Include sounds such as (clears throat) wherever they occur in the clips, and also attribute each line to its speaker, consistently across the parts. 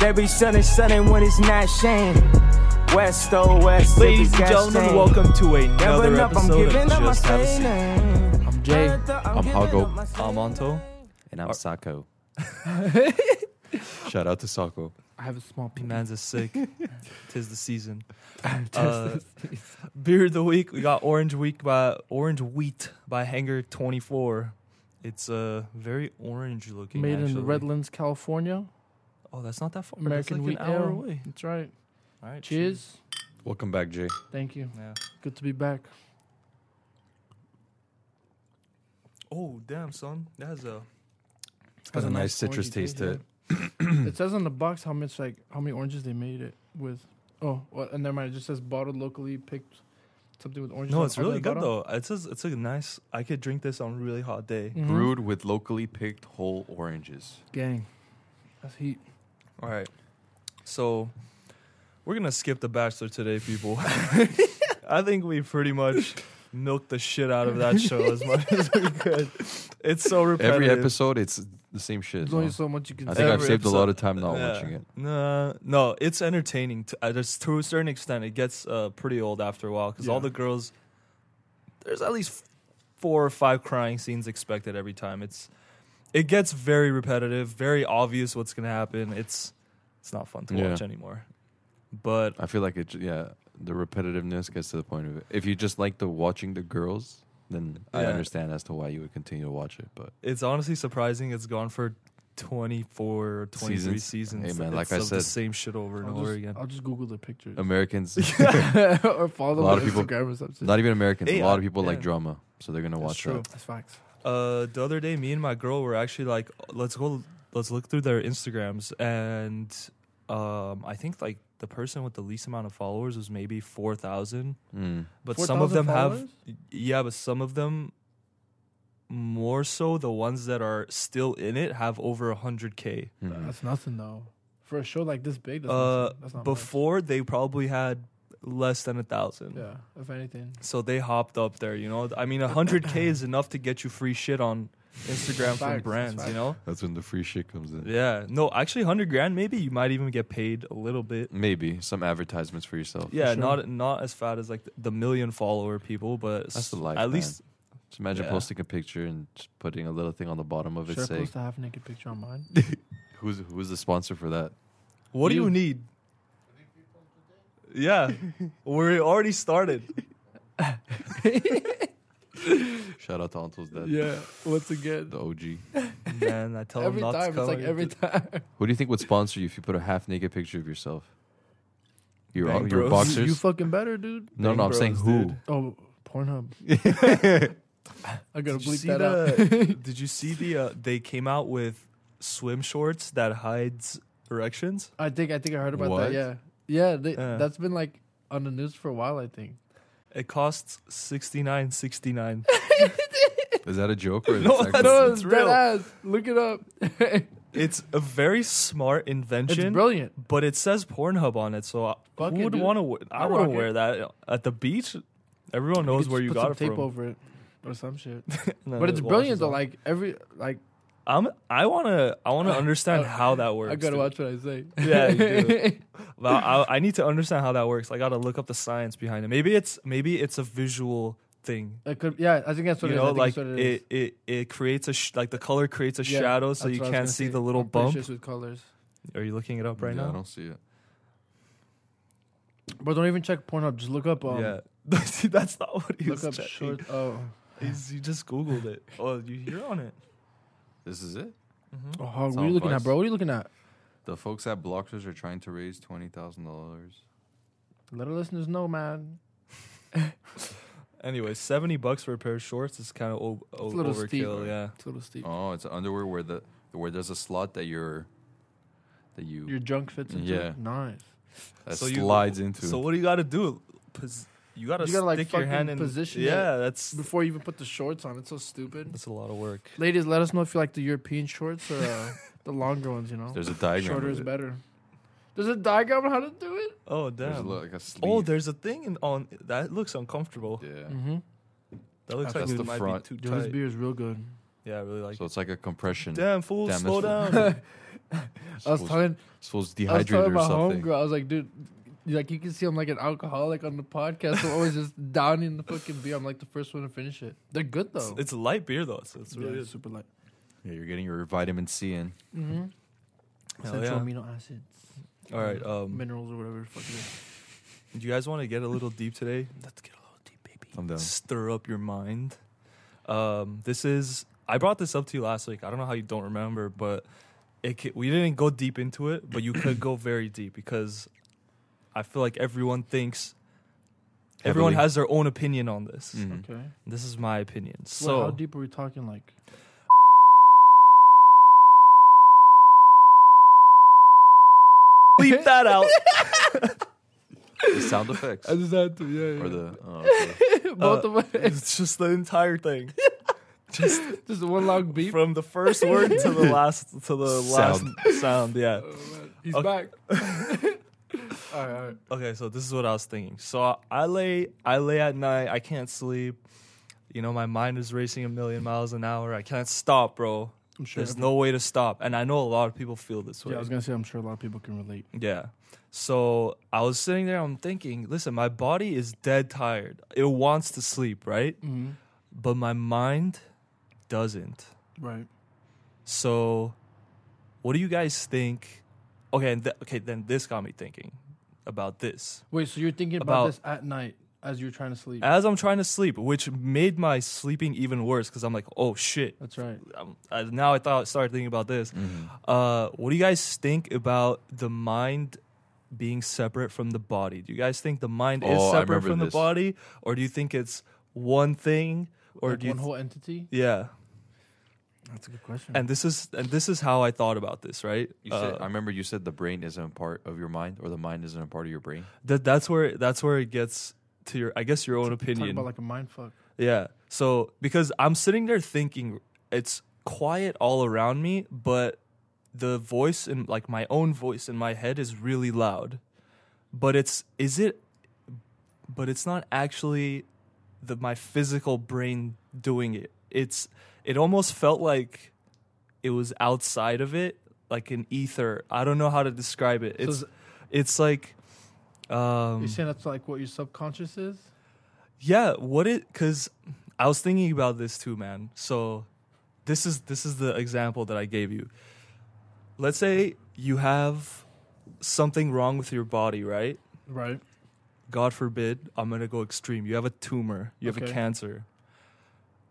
Speaker 1: They be selling, selling when it's not shame. West, oh, West.
Speaker 2: Ladies and gentlemen, welcome to another
Speaker 1: Never up, I'm
Speaker 2: episode of
Speaker 1: giving up my
Speaker 2: Just Have a Seat.
Speaker 1: stain.
Speaker 3: I'm Jay.
Speaker 1: I'm
Speaker 4: Hago.
Speaker 2: I'm Anto.
Speaker 4: And I'm Sako. (laughs) Shout out to Sako.
Speaker 3: I have a small penis.
Speaker 2: Man's is
Speaker 3: (laughs)
Speaker 2: sick. Tis the season. Uh, beer of the week. We got Orange Week by Orange Wheat by Hanger Twenty Four. It's uh, very orange looking.
Speaker 3: Made in the
Speaker 2: actually.
Speaker 3: Redlands, California.
Speaker 2: Oh, that's not that far.
Speaker 3: American
Speaker 2: that's like
Speaker 3: wheat
Speaker 2: an hour
Speaker 3: ale.
Speaker 2: away.
Speaker 3: That's right.
Speaker 2: All right.
Speaker 3: Cheers.
Speaker 4: Welcome back, Jay.
Speaker 3: Thank you.
Speaker 2: Yeah.
Speaker 3: Good to be back.
Speaker 2: Oh damn, son. That's a
Speaker 4: It's got a nice citrus
Speaker 3: orangey
Speaker 4: taste to it.
Speaker 3: yeah. it (clears throat) says on the box how much like how many oranges they made it with. Oh, well, and never mind. It just says bottled locally picked. Something with oranges.
Speaker 2: no.
Speaker 3: on
Speaker 2: It's
Speaker 3: top of
Speaker 2: really
Speaker 3: the
Speaker 2: good
Speaker 3: bottle.
Speaker 2: though. It's a, it's a nice. I could drink this on a really hot day.
Speaker 3: Mhm.
Speaker 4: Brewed with locally picked whole oranges.
Speaker 3: Gang. That's heat.
Speaker 2: All right. So we're gonna skip the Bachelor today,
Speaker 4: (laughs)
Speaker 2: people. I think we pretty much milked the shit out of that show as much as we could. It's so repetitive.
Speaker 4: Every episode, it's the same shit.
Speaker 3: There's only
Speaker 4: no?
Speaker 3: so much you can.
Speaker 4: I
Speaker 3: say.
Speaker 4: think I've
Speaker 2: every
Speaker 4: saved a
Speaker 2: episode-
Speaker 4: lot of time not
Speaker 2: Yeah.
Speaker 4: watching it.
Speaker 2: No, no, it's entertaining. To, uh, just to a certain extent, it gets uh, pretty old after a while because all
Speaker 3: Yeah.
Speaker 2: the girls, there's at least four or five crying scenes expected every time. It's it gets very repetitive, very obvious what's gonna happen. It's it's not fun to
Speaker 4: Yeah.
Speaker 2: watch anymore. But
Speaker 4: I feel like it. j- Yeah, the repetitiveness gets to the point of it. If you just like the watching the girls, then I
Speaker 2: Yeah.
Speaker 4: understand as to why you would continue to watch it. But
Speaker 2: it's honestly surprising. It's gone for. 24 or 23 seasons.
Speaker 4: Seasons. Hey, man, like
Speaker 2: It's
Speaker 4: I
Speaker 2: of the
Speaker 4: said-
Speaker 2: same shit over and
Speaker 3: I'll
Speaker 2: over
Speaker 3: just,
Speaker 2: again.
Speaker 3: I'll just Google the pictures.
Speaker 4: Americans,
Speaker 3: (laughs) or follow them
Speaker 4: A lot of
Speaker 3: on
Speaker 4: people-
Speaker 3: Instagram or something.
Speaker 4: not even Americans.
Speaker 2: Hey,
Speaker 4: a lot
Speaker 2: I-
Speaker 4: of people like
Speaker 2: yeah.
Speaker 4: drama, so they're gonna
Speaker 3: That's
Speaker 4: watch
Speaker 3: true.
Speaker 4: that.
Speaker 3: That's facts.
Speaker 2: Uh, the other day, me and my girl were actually like, let's go, let's look through their Instagrams, and um, I think like the person with the least amount of followers was maybe four thousand,
Speaker 4: Mm.
Speaker 2: but some of them
Speaker 3: 4,000 followers?
Speaker 2: have, yeah, but some of them, more so the ones that are still in it have over hundred k.
Speaker 4: Mhm.
Speaker 3: That's nothing though. For a show like this big, that's,
Speaker 2: Mm-hmm. Uh,
Speaker 3: nothing. that's not much.
Speaker 2: Before they probably had less than a thousand.
Speaker 3: Yeah, if anything.
Speaker 2: So they hopped up there, you know. I mean, 100k (clears throat) is enough to get you free shit on Instagram
Speaker 3: Facts,
Speaker 2: from
Speaker 3: that's
Speaker 2: brands, you
Speaker 3: facts.
Speaker 2: know.
Speaker 4: That's when the free shit comes in.
Speaker 2: Yeah. No, actually, hundred grand. Maybe you might even get paid a little bit.
Speaker 4: Maybe some advertisements for yourself.
Speaker 2: Yeah,
Speaker 3: sure.
Speaker 2: not not as fat as like the million follower people, but
Speaker 4: That's the
Speaker 2: s-
Speaker 4: life,
Speaker 2: At
Speaker 4: man.
Speaker 2: least
Speaker 4: Just imagine
Speaker 2: Yeah.
Speaker 4: posting a picture and just putting a little thing on the bottom of it
Speaker 3: Should I
Speaker 4: saying
Speaker 3: post a half naked picture on
Speaker 2: (laughs)
Speaker 3: mine?
Speaker 4: who's who's the sponsor for that.
Speaker 2: what do you
Speaker 3: You-
Speaker 2: need? (laughs) Yeah, we already started.
Speaker 4: Shout out to Anto's
Speaker 3: (laughs)
Speaker 4: dad,
Speaker 3: yeah, once again.
Speaker 4: the OG.
Speaker 2: Man, I tell
Speaker 3: Every
Speaker 2: them not
Speaker 3: time,
Speaker 2: to
Speaker 3: it's
Speaker 2: come.
Speaker 3: like every time. (laughs)
Speaker 4: Who do you think would sponsor you if you put a half naked picture of yourself? Your
Speaker 2: Bang
Speaker 4: your
Speaker 2: Bros. (laughs)
Speaker 4: boxers?
Speaker 3: You fucking better, dude.
Speaker 4: no,
Speaker 2: Bang
Speaker 4: no, I'm saying
Speaker 2: Bros,
Speaker 4: who.
Speaker 2: dude.
Speaker 3: Oh, Pornhub. I gotta
Speaker 2: Did you
Speaker 3: bleep
Speaker 2: see
Speaker 3: that out.
Speaker 2: the- (laughs) did you see the? Uh, they came out with swim shorts that hides erections.
Speaker 3: (laughs) I think I think I heard about that.
Speaker 4: What?
Speaker 3: Yeah, yeah. They,
Speaker 2: Yeah.
Speaker 3: That's been like on the news for a while. I think.
Speaker 2: It costs sixty nine sixty
Speaker 3: (laughs)
Speaker 2: nine.
Speaker 4: (laughs) Is that a joke or is
Speaker 2: (laughs) No,
Speaker 4: it
Speaker 2: I
Speaker 4: actually-
Speaker 2: don't- it's
Speaker 3: it's
Speaker 2: real.
Speaker 3: dead ass. Look it up.
Speaker 2: It's a very smart invention.
Speaker 3: it's brilliant.
Speaker 2: But it says Pornhub on it, so I,
Speaker 3: Fuck
Speaker 2: who
Speaker 3: it,
Speaker 2: would
Speaker 3: dude.
Speaker 2: want to? I
Speaker 3: I
Speaker 2: want to
Speaker 3: rock it.
Speaker 2: wear that at the beach. Everyone knows
Speaker 3: could
Speaker 2: where
Speaker 3: just
Speaker 2: you
Speaker 3: put
Speaker 2: got
Speaker 3: some
Speaker 2: it
Speaker 3: tape
Speaker 2: from.
Speaker 3: over it or some shit.
Speaker 2: And (laughs) then
Speaker 3: but it's
Speaker 2: it washes
Speaker 3: brilliant though.
Speaker 2: off.
Speaker 3: Like every like
Speaker 2: I'm, I want to. I
Speaker 3: (laughs)
Speaker 2: want to
Speaker 3: I-
Speaker 2: understand
Speaker 3: I-
Speaker 2: how that works.
Speaker 3: I gotta
Speaker 2: dude.
Speaker 3: watch what I say.
Speaker 2: Yeah, you
Speaker 3: (laughs)
Speaker 2: do. Well, I, I need to understand how that works. I gotta look up the science behind it. Maybe it's maybe it's a visual thing.
Speaker 3: It could, yeah, I think that's what
Speaker 2: you
Speaker 3: it is. I
Speaker 2: know,
Speaker 3: think
Speaker 2: like
Speaker 3: that's what is.
Speaker 2: it, it it creates a sh- like the color creates a
Speaker 3: Yeah,
Speaker 2: shadow, so
Speaker 3: that's
Speaker 2: you
Speaker 3: what I was
Speaker 2: can't
Speaker 3: gonna
Speaker 2: see
Speaker 3: say.
Speaker 2: the little
Speaker 3: I'm pretty
Speaker 2: bump.
Speaker 3: sure it's with colors.
Speaker 2: Are you looking it up right
Speaker 4: Yeah, I
Speaker 2: now?
Speaker 4: don't see it.
Speaker 3: But don't even check Pornhub. Just look up. Um,
Speaker 2: yeah, (laughs) See, that's not what he
Speaker 3: Look
Speaker 2: was
Speaker 3: up
Speaker 2: checking.
Speaker 3: short. Oh,
Speaker 2: He's, he just googled it. Oh, you hear on it? Mm-hmm.
Speaker 4: This is it.
Speaker 3: oh how-
Speaker 4: It's
Speaker 3: what are you
Speaker 4: on
Speaker 3: looking
Speaker 4: Vice.
Speaker 3: at, bro? What are you looking at?
Speaker 4: The folks at Blockers are trying to raise twenty thousand dollars.
Speaker 3: Let our listeners know, man.
Speaker 2: Anyway, seventy bucks for a pair of shorts is kind of o- o-
Speaker 3: It's a little
Speaker 2: overkill.
Speaker 3: steep.
Speaker 2: Yeah,
Speaker 3: It's a little steep.
Speaker 4: Oh, it's underwear where the where there's a slot that you're that you
Speaker 3: Your junk fits into
Speaker 4: Yeah.
Speaker 3: it. Nice.
Speaker 4: that
Speaker 2: So you-
Speaker 4: slides into.
Speaker 2: So what do you got to do? Pos- you got to
Speaker 3: You gotta, like,
Speaker 2: stick your hand in
Speaker 3: fucking position
Speaker 2: Yeah, that's
Speaker 3: (laughs) Before you even put the shorts on, it's so stupid.
Speaker 2: that's a lot of work.
Speaker 3: Ladies, let us know if you like the European shorts or uh, the longer ones. You know,
Speaker 4: There's a diagram.
Speaker 3: shorter
Speaker 4: of
Speaker 3: is
Speaker 4: it.
Speaker 3: better. There's a diagram on how to do it.
Speaker 2: Oh
Speaker 4: There's a,
Speaker 2: damn.
Speaker 4: like a
Speaker 2: oh,
Speaker 4: sleeve.
Speaker 2: there's a thing in, on that looks uncomfortable.
Speaker 4: yeah.
Speaker 2: Mm,
Speaker 3: Mm-hmm.
Speaker 2: That looks
Speaker 4: That's
Speaker 2: like it
Speaker 4: the
Speaker 2: might
Speaker 4: front.
Speaker 2: be too
Speaker 3: Yo, this
Speaker 2: tight.
Speaker 3: beer is real good.
Speaker 2: Yeah, I really like
Speaker 4: so
Speaker 2: it.
Speaker 4: it's like a compression.
Speaker 2: Damn, fool,
Speaker 4: Damn,
Speaker 2: slow
Speaker 4: that's- (laughs)
Speaker 2: down.
Speaker 3: I was
Speaker 4: Supposed-
Speaker 3: telling,
Speaker 4: supposed
Speaker 3: I was
Speaker 4: dehydrated
Speaker 3: telling
Speaker 4: or
Speaker 3: my
Speaker 4: something.
Speaker 3: homegirl, I was like, dude, like you can see I'm like an alcoholic on the podcast. I'm always just (laughs) downing the fucking beer. I'm like the first one to finish it. They're good
Speaker 2: it's,
Speaker 3: though.
Speaker 2: it's a light beer though, so it's
Speaker 3: Yeah,
Speaker 2: really
Speaker 3: super light.
Speaker 4: Yeah, you're getting your vitamin C in.
Speaker 3: Mm-hmm.
Speaker 2: Hell
Speaker 3: Essential
Speaker 2: yeah.
Speaker 3: amino acids, uh,
Speaker 2: all right. Um,
Speaker 3: minerals, or whatever. the Fuck it is.
Speaker 2: do you guys want to get a little deep today? Let's get a little deep, baby.
Speaker 4: I'm down.
Speaker 2: stir up your mind. Um, this is I brought this up to you last week. I don't know how you don't remember, but it ca- we didn't go deep into it, but you could
Speaker 4: (clears throat)
Speaker 2: go very deep because I feel like everyone thinks everyone
Speaker 4: Heavily.
Speaker 2: has their own opinion on this.
Speaker 4: Mhm.
Speaker 3: Okay.
Speaker 2: This is my opinion.
Speaker 3: So
Speaker 2: So
Speaker 3: how deep are we talking? Like,
Speaker 2: bleep that out. (laughs)
Speaker 4: The sound
Speaker 3: (laughs)
Speaker 4: effects
Speaker 3: I just had to. Yeah.
Speaker 2: (laughs)
Speaker 4: or the oh, okay.
Speaker 3: (laughs) both
Speaker 2: uh,
Speaker 3: of us.
Speaker 2: it's just the uh, entire thing.
Speaker 3: (laughs) Just one long beep.
Speaker 2: From the first word to
Speaker 4: (laughs)
Speaker 2: the last to the
Speaker 4: Sound.
Speaker 2: last sound, yeah.
Speaker 3: He's
Speaker 2: Okay.
Speaker 3: (laughs) back. all right, all right.
Speaker 2: Okay, so this is what I was thinking. So I- I lay, I lay at night. I can't sleep. You know, my mind is racing a million miles an hour. I can't stop, bro.
Speaker 3: I'm sure.
Speaker 2: There's no way to stop, and I know a lot of people feel this way.
Speaker 3: Yeah, I was gonna say I'm sure a lot of people can relate.
Speaker 2: Yeah. So I was sitting there. I'm thinking, listen, my body is dead tired. It wants to sleep, right?
Speaker 3: Mm-hmm.
Speaker 2: But my mind doesn't.
Speaker 3: Right.
Speaker 2: So, what do you guys think? Okay, and th- okay, then this got me thinking about this.
Speaker 3: Wait, so you're thinking
Speaker 2: About-
Speaker 3: about, this at night as you're trying to sleep?
Speaker 2: as I'm trying to sleep, which made my sleeping even worse because I'm like, oh shit.
Speaker 3: That's right.
Speaker 2: Um, I, now I thought started thinking about this.
Speaker 4: Mm-hmm.
Speaker 2: Uh, what do you guys think about the mind being separate from the body? Do you guys think the mind
Speaker 4: Oh,
Speaker 2: is
Speaker 4: I
Speaker 2: separate
Speaker 4: remember
Speaker 2: from the
Speaker 4: this.
Speaker 2: body, or do you think it's one thing, or
Speaker 3: Or like
Speaker 2: do you?
Speaker 3: one whole Hmm. entity?
Speaker 2: th- yeah,
Speaker 3: That's a good question.
Speaker 2: and this is and this is how I thought about this. Right?
Speaker 4: You said, I
Speaker 2: Uh,
Speaker 4: remember you said the brain isn't a part of your mind, or the mind isn't a part of your brain.
Speaker 2: that that's where that's where it gets to your I guess your own
Speaker 3: Talk
Speaker 2: opinion.
Speaker 3: about like a mind fuck.
Speaker 2: Yeah. So because I'm sitting there thinking it's quiet all around me, but the voice in like my own voice in my head is really loud. But it's is it but it's not actually the my physical brain doing it. It's it almost felt like it was outside of it, like an ether. I don't know how to describe it. It's
Speaker 3: is-
Speaker 2: it's like um
Speaker 3: You're saying that's like what your subconscious is?
Speaker 2: yeah, what it cuz I was thinking about this too, man. So this is this is the example that I gave you. Let's say you have something wrong with your body, right?
Speaker 3: Right.
Speaker 2: God forbid, I'm going to go extreme. You have a tumor, you have a
Speaker 3: Okay.
Speaker 2: cancer.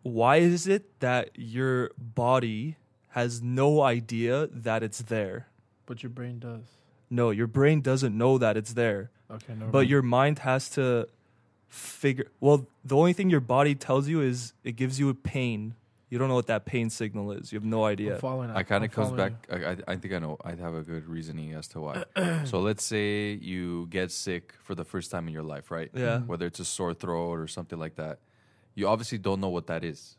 Speaker 2: Why is it that your body has no idea that it's there?
Speaker 3: But your brain does.
Speaker 2: No, your brain doesn't know that it's there.
Speaker 3: Okay, never
Speaker 2: But
Speaker 3: mind.
Speaker 2: your mind has to figure. Well, the only thing your body tells you is it gives you a pain. You don't know what that pain signal is. You have no
Speaker 3: I'm
Speaker 2: idea.
Speaker 3: following
Speaker 4: I kind
Speaker 3: Uh, I'm
Speaker 4: of comes
Speaker 3: following
Speaker 4: back. I, I I think I know. I have a good reasoning as to why. (clears throat) so let's say you get sick for the first time in your life, right?
Speaker 2: Yeah.
Speaker 4: Whether it's a sore throat or something like that, you obviously don't know what that is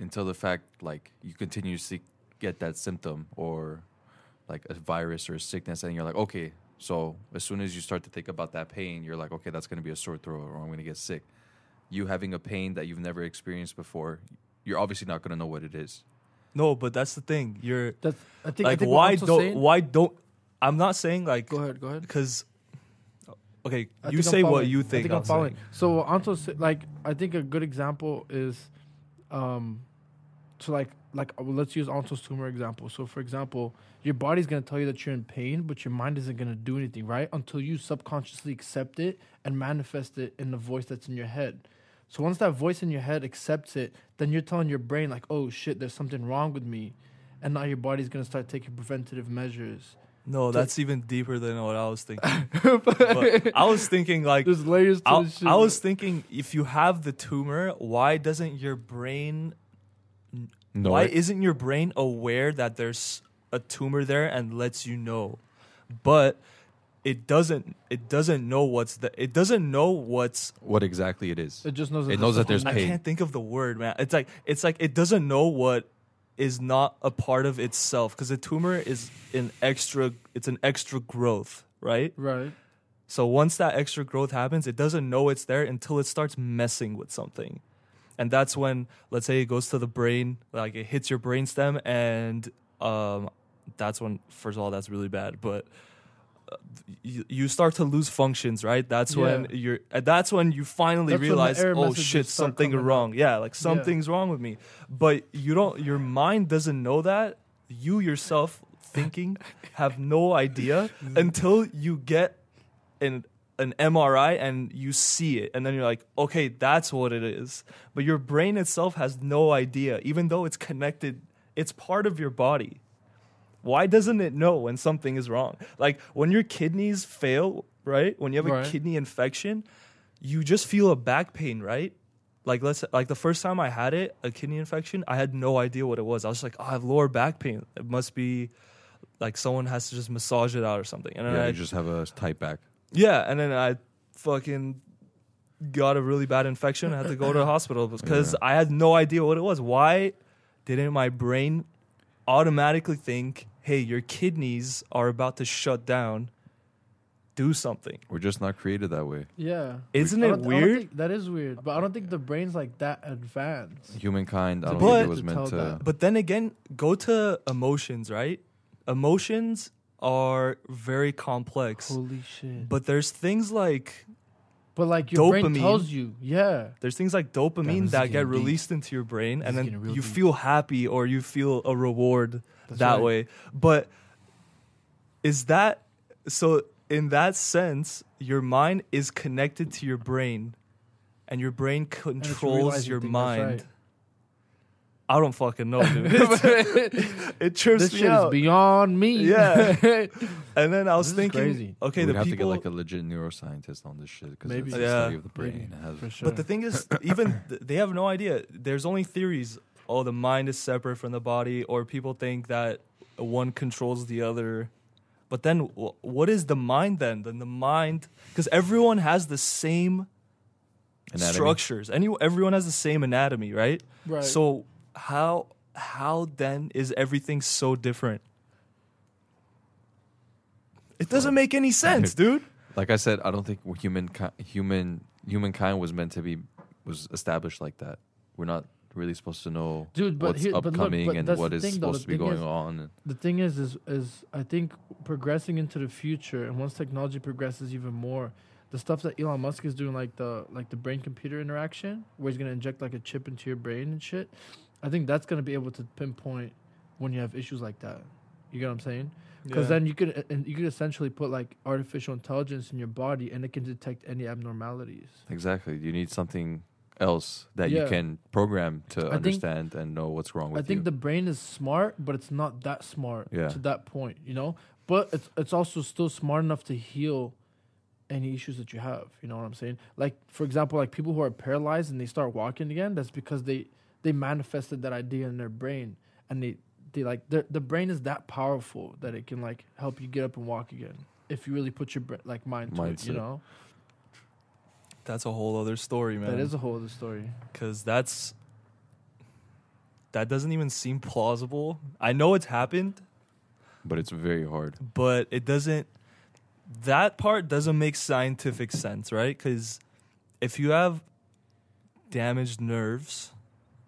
Speaker 4: until the fact like you continuously get that symptom or like a virus or a sickness, and you're like, okay. So as soon as you start to think about that pain, you're like, okay, that's gonna be a sore throat, or I'm gonna get sick. You having a pain that you've never experienced before, you're obviously not gonna know what it is.
Speaker 2: No, but that's the thing. You're
Speaker 3: you. That's, I think, I
Speaker 2: like,
Speaker 3: think
Speaker 2: why
Speaker 3: what I'm
Speaker 2: don't?
Speaker 3: saying,
Speaker 2: Why don't? I'm not saying like
Speaker 3: Go ahead, go ahead.
Speaker 2: because. Okay,
Speaker 3: I
Speaker 2: you
Speaker 3: think I'm
Speaker 2: say what
Speaker 3: following.
Speaker 2: you
Speaker 3: I
Speaker 2: think.
Speaker 3: think
Speaker 2: I'm
Speaker 3: I'm following.
Speaker 2: saying.
Speaker 3: So Anto, sa- like, I think a good example is, um, to like, like uh, let's use Anto's tumor example. So for example, your body's gonna tell you that you're in pain, but your mind isn't gonna do anything, right? Until you subconsciously accept it and manifest it in the voice that's in your head. So once that voice in your head accepts it, then you're telling your brain like, oh shit, there's something wrong with me, and now your body's gonna start taking preventative measures.
Speaker 2: No, that's even deeper than what I was thinking.
Speaker 3: (laughs)
Speaker 2: But I was thinking like
Speaker 3: There's layers to
Speaker 2: I,
Speaker 3: this shit.
Speaker 2: I was thinking if you have the tumor, why doesn't your brain
Speaker 4: No,
Speaker 2: Why isn't your brain aware that there's a tumor there and lets you know? But it doesn't it doesn't know what's the it doesn't know what's
Speaker 4: what exactly it is.
Speaker 3: It just knows.
Speaker 4: It knows that there's
Speaker 2: I
Speaker 4: pain.
Speaker 2: can't think of the word, man. It's like it's like it doesn't know what is not a part of itself cuz a tumor is an extra it's an extra growth, right?
Speaker 3: Right.
Speaker 2: So once that extra growth happens, it doesn't know it's there until it starts messing with something. and that's when let's say it goes to the brain, like it hits your brainstem, and um, that's when first of all that's really bad, but uh, you, you start to lose functions, right? That's when
Speaker 3: Yeah.
Speaker 2: you're. uh, That's when you finally
Speaker 3: That's when the
Speaker 2: realize,
Speaker 3: error
Speaker 2: oh
Speaker 3: messages
Speaker 2: shit,
Speaker 3: start
Speaker 2: something
Speaker 3: coming up.
Speaker 2: wrong. Yeah, like something's wrong with me. But you don't. Your mind doesn't know that. You yourself thinking have no
Speaker 3: (laughs)
Speaker 2: idea until you get an an MRI and you see it, and then you're like, okay, that's what it is. But your brain itself has no idea, even though it's connected. It's part of your body. Why doesn't it know when something is wrong? Like when your kidneys fail, right? When you have
Speaker 3: Right.
Speaker 2: a kidney infection, you just feel a back pain, right? Like let's like the first time I had it, a kidney infection, I had no idea what it was. I was just like, oh, I have lower back pain. It must be like someone has to just massage it out or something. And then
Speaker 4: Yeah,
Speaker 2: I
Speaker 4: you just have a tight back.
Speaker 2: yeah, and then I fucking got a really bad infection. I had to go to the hospital because I had no idea what it was. Why didn't my brain automatically think, "Hey, your kidneys are about to shut down. Do something."
Speaker 4: We're just not created that way.
Speaker 3: Yeah.
Speaker 2: Isn't
Speaker 3: I
Speaker 2: it
Speaker 3: don't- I don't
Speaker 2: weird?
Speaker 3: think- that is weird, but I don't think the brain's like that advanced.
Speaker 4: Humankind, I don't
Speaker 2: But-
Speaker 4: think it was
Speaker 3: To
Speaker 4: meant
Speaker 3: tell
Speaker 4: to.
Speaker 3: that.
Speaker 2: But then again, go to emotions, right? Emotions are very complex.
Speaker 3: Holy shit! But,
Speaker 2: But there's things like
Speaker 3: like your brain
Speaker 2: Dopamine.
Speaker 3: tells you, yeah,
Speaker 2: There's things like dopamine
Speaker 3: is
Speaker 2: that
Speaker 3: getting
Speaker 2: get
Speaker 3: deep.
Speaker 2: released into your brain, and
Speaker 3: is
Speaker 2: then
Speaker 3: getting real
Speaker 2: you
Speaker 3: deep.
Speaker 2: feel happy or you feel a reward
Speaker 3: That's
Speaker 2: that
Speaker 3: right.
Speaker 2: way. But is that so? In that sense, your mind is connected to your brain, and your brain
Speaker 3: And it's
Speaker 2: controls
Speaker 3: realizing
Speaker 2: your
Speaker 3: thing, that's
Speaker 2: mind.
Speaker 3: right.
Speaker 2: I don't fucking know,
Speaker 3: (laughs)
Speaker 2: dude. It's- it trips
Speaker 3: This
Speaker 2: me
Speaker 3: shit is
Speaker 2: out.
Speaker 3: beyond me. (laughs)
Speaker 2: Yeah. and then I was
Speaker 3: This is
Speaker 2: thinking,
Speaker 3: crazy.
Speaker 2: okay,
Speaker 4: We'd
Speaker 2: the
Speaker 4: have to get
Speaker 2: people
Speaker 4: like a legit neuroscientist on this shit because
Speaker 3: Maybe.
Speaker 4: it's the
Speaker 2: Yeah.
Speaker 4: study of the brain.
Speaker 3: Maybe,
Speaker 4: It has-
Speaker 3: for sure.
Speaker 2: But the thing is, even th- they have no idea. There's only theories. Oh, the mind is separate from the body, or people think that one controls the other. But then, wh- what is the mind then? Then the mind, because everyone has the same
Speaker 4: anatomy.
Speaker 2: structures. Any, everyone has the same anatomy, right?
Speaker 3: Right.
Speaker 2: So how how then is everything so different? It doesn't make any sense, dude.
Speaker 4: Like I said, I don't think we're human ki- human humankind was meant to be was established like that. We're not really supposed to know
Speaker 3: Dude, but
Speaker 4: what's
Speaker 3: here- but look,
Speaker 4: upcoming
Speaker 3: but
Speaker 4: and
Speaker 3: that's
Speaker 4: what
Speaker 3: the
Speaker 4: is
Speaker 3: thing, though.
Speaker 4: supposed
Speaker 3: The
Speaker 4: to be
Speaker 3: thing
Speaker 4: going
Speaker 3: is-
Speaker 4: on.
Speaker 3: the thing is, is, is I think progressing into the future, and once technology progresses even more, the stuff that Elon Musk is doing, like the like the brain computer interaction, where he's gonna inject like a chip into your brain and shit, I think that's gonna be able to pinpoint when you have issues like that. You get what I'm saying? Because then you could and you could essentially put like artificial intelligence in your body, and it can detect any abnormalities.
Speaker 4: Exactly. You need something else that
Speaker 3: Yeah.
Speaker 4: you can program to
Speaker 3: think-
Speaker 4: understand and know what's wrong with
Speaker 3: I think
Speaker 4: you.
Speaker 3: the brain is smart, but it's not that smart
Speaker 4: Yeah.
Speaker 3: to that point, you know. But it's it's also still smart enough to heal any issues that you have. You know what I'm saying? Like for example, like people who are paralyzed and they start walking again, that's because they they manifested that idea in their brain, and they they like the the brain is that powerful that it can like help you get up and walk again if you really put your bra- like mind to it. You
Speaker 4: Mindset.
Speaker 3: know,
Speaker 2: That's a whole other story, man.
Speaker 3: that is a whole other story.
Speaker 2: because that's that doesn't even seem plausible. I know it's happened,
Speaker 4: but it's very hard.
Speaker 2: but it doesn't. That part doesn't make scientific sense, right? Because if you have damaged nerves,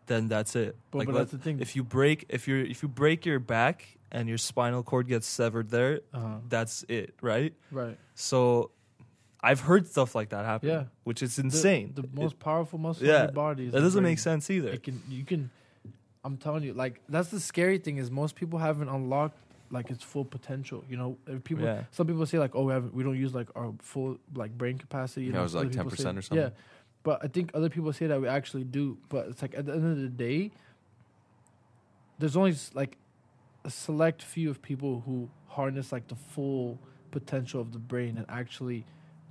Speaker 2: then that's it.
Speaker 3: But,
Speaker 2: Like,
Speaker 3: but
Speaker 2: let-
Speaker 3: that's the thing.
Speaker 2: if you break if you if you break your back and your spinal cord gets severed there,
Speaker 3: uh
Speaker 2: that's it, right?
Speaker 3: Right.
Speaker 2: So I've heard stuff like that happen,
Speaker 3: Yeah.
Speaker 2: which is
Speaker 3: The-
Speaker 2: insane.
Speaker 3: The,
Speaker 2: It-
Speaker 3: most powerful muscle
Speaker 2: yeah,
Speaker 3: in your body. Is
Speaker 2: that
Speaker 3: the
Speaker 2: doesn't
Speaker 3: brain.
Speaker 2: make sense either.
Speaker 3: It can you can I'm telling you, like that's the scary thing is most people haven't unlocked like its full potential. You know, If people
Speaker 2: Yeah.
Speaker 3: some people say like, oh, we haven't we don't use like our full like brain capacity. You
Speaker 4: Yeah,
Speaker 3: know,
Speaker 4: it was, like,
Speaker 3: other people
Speaker 4: 10% or
Speaker 3: say- Yeah, but I think other people say that we actually do. But it's like at the end of the day, there's only s- like a select few of people who harness like the full potential of the brain and actually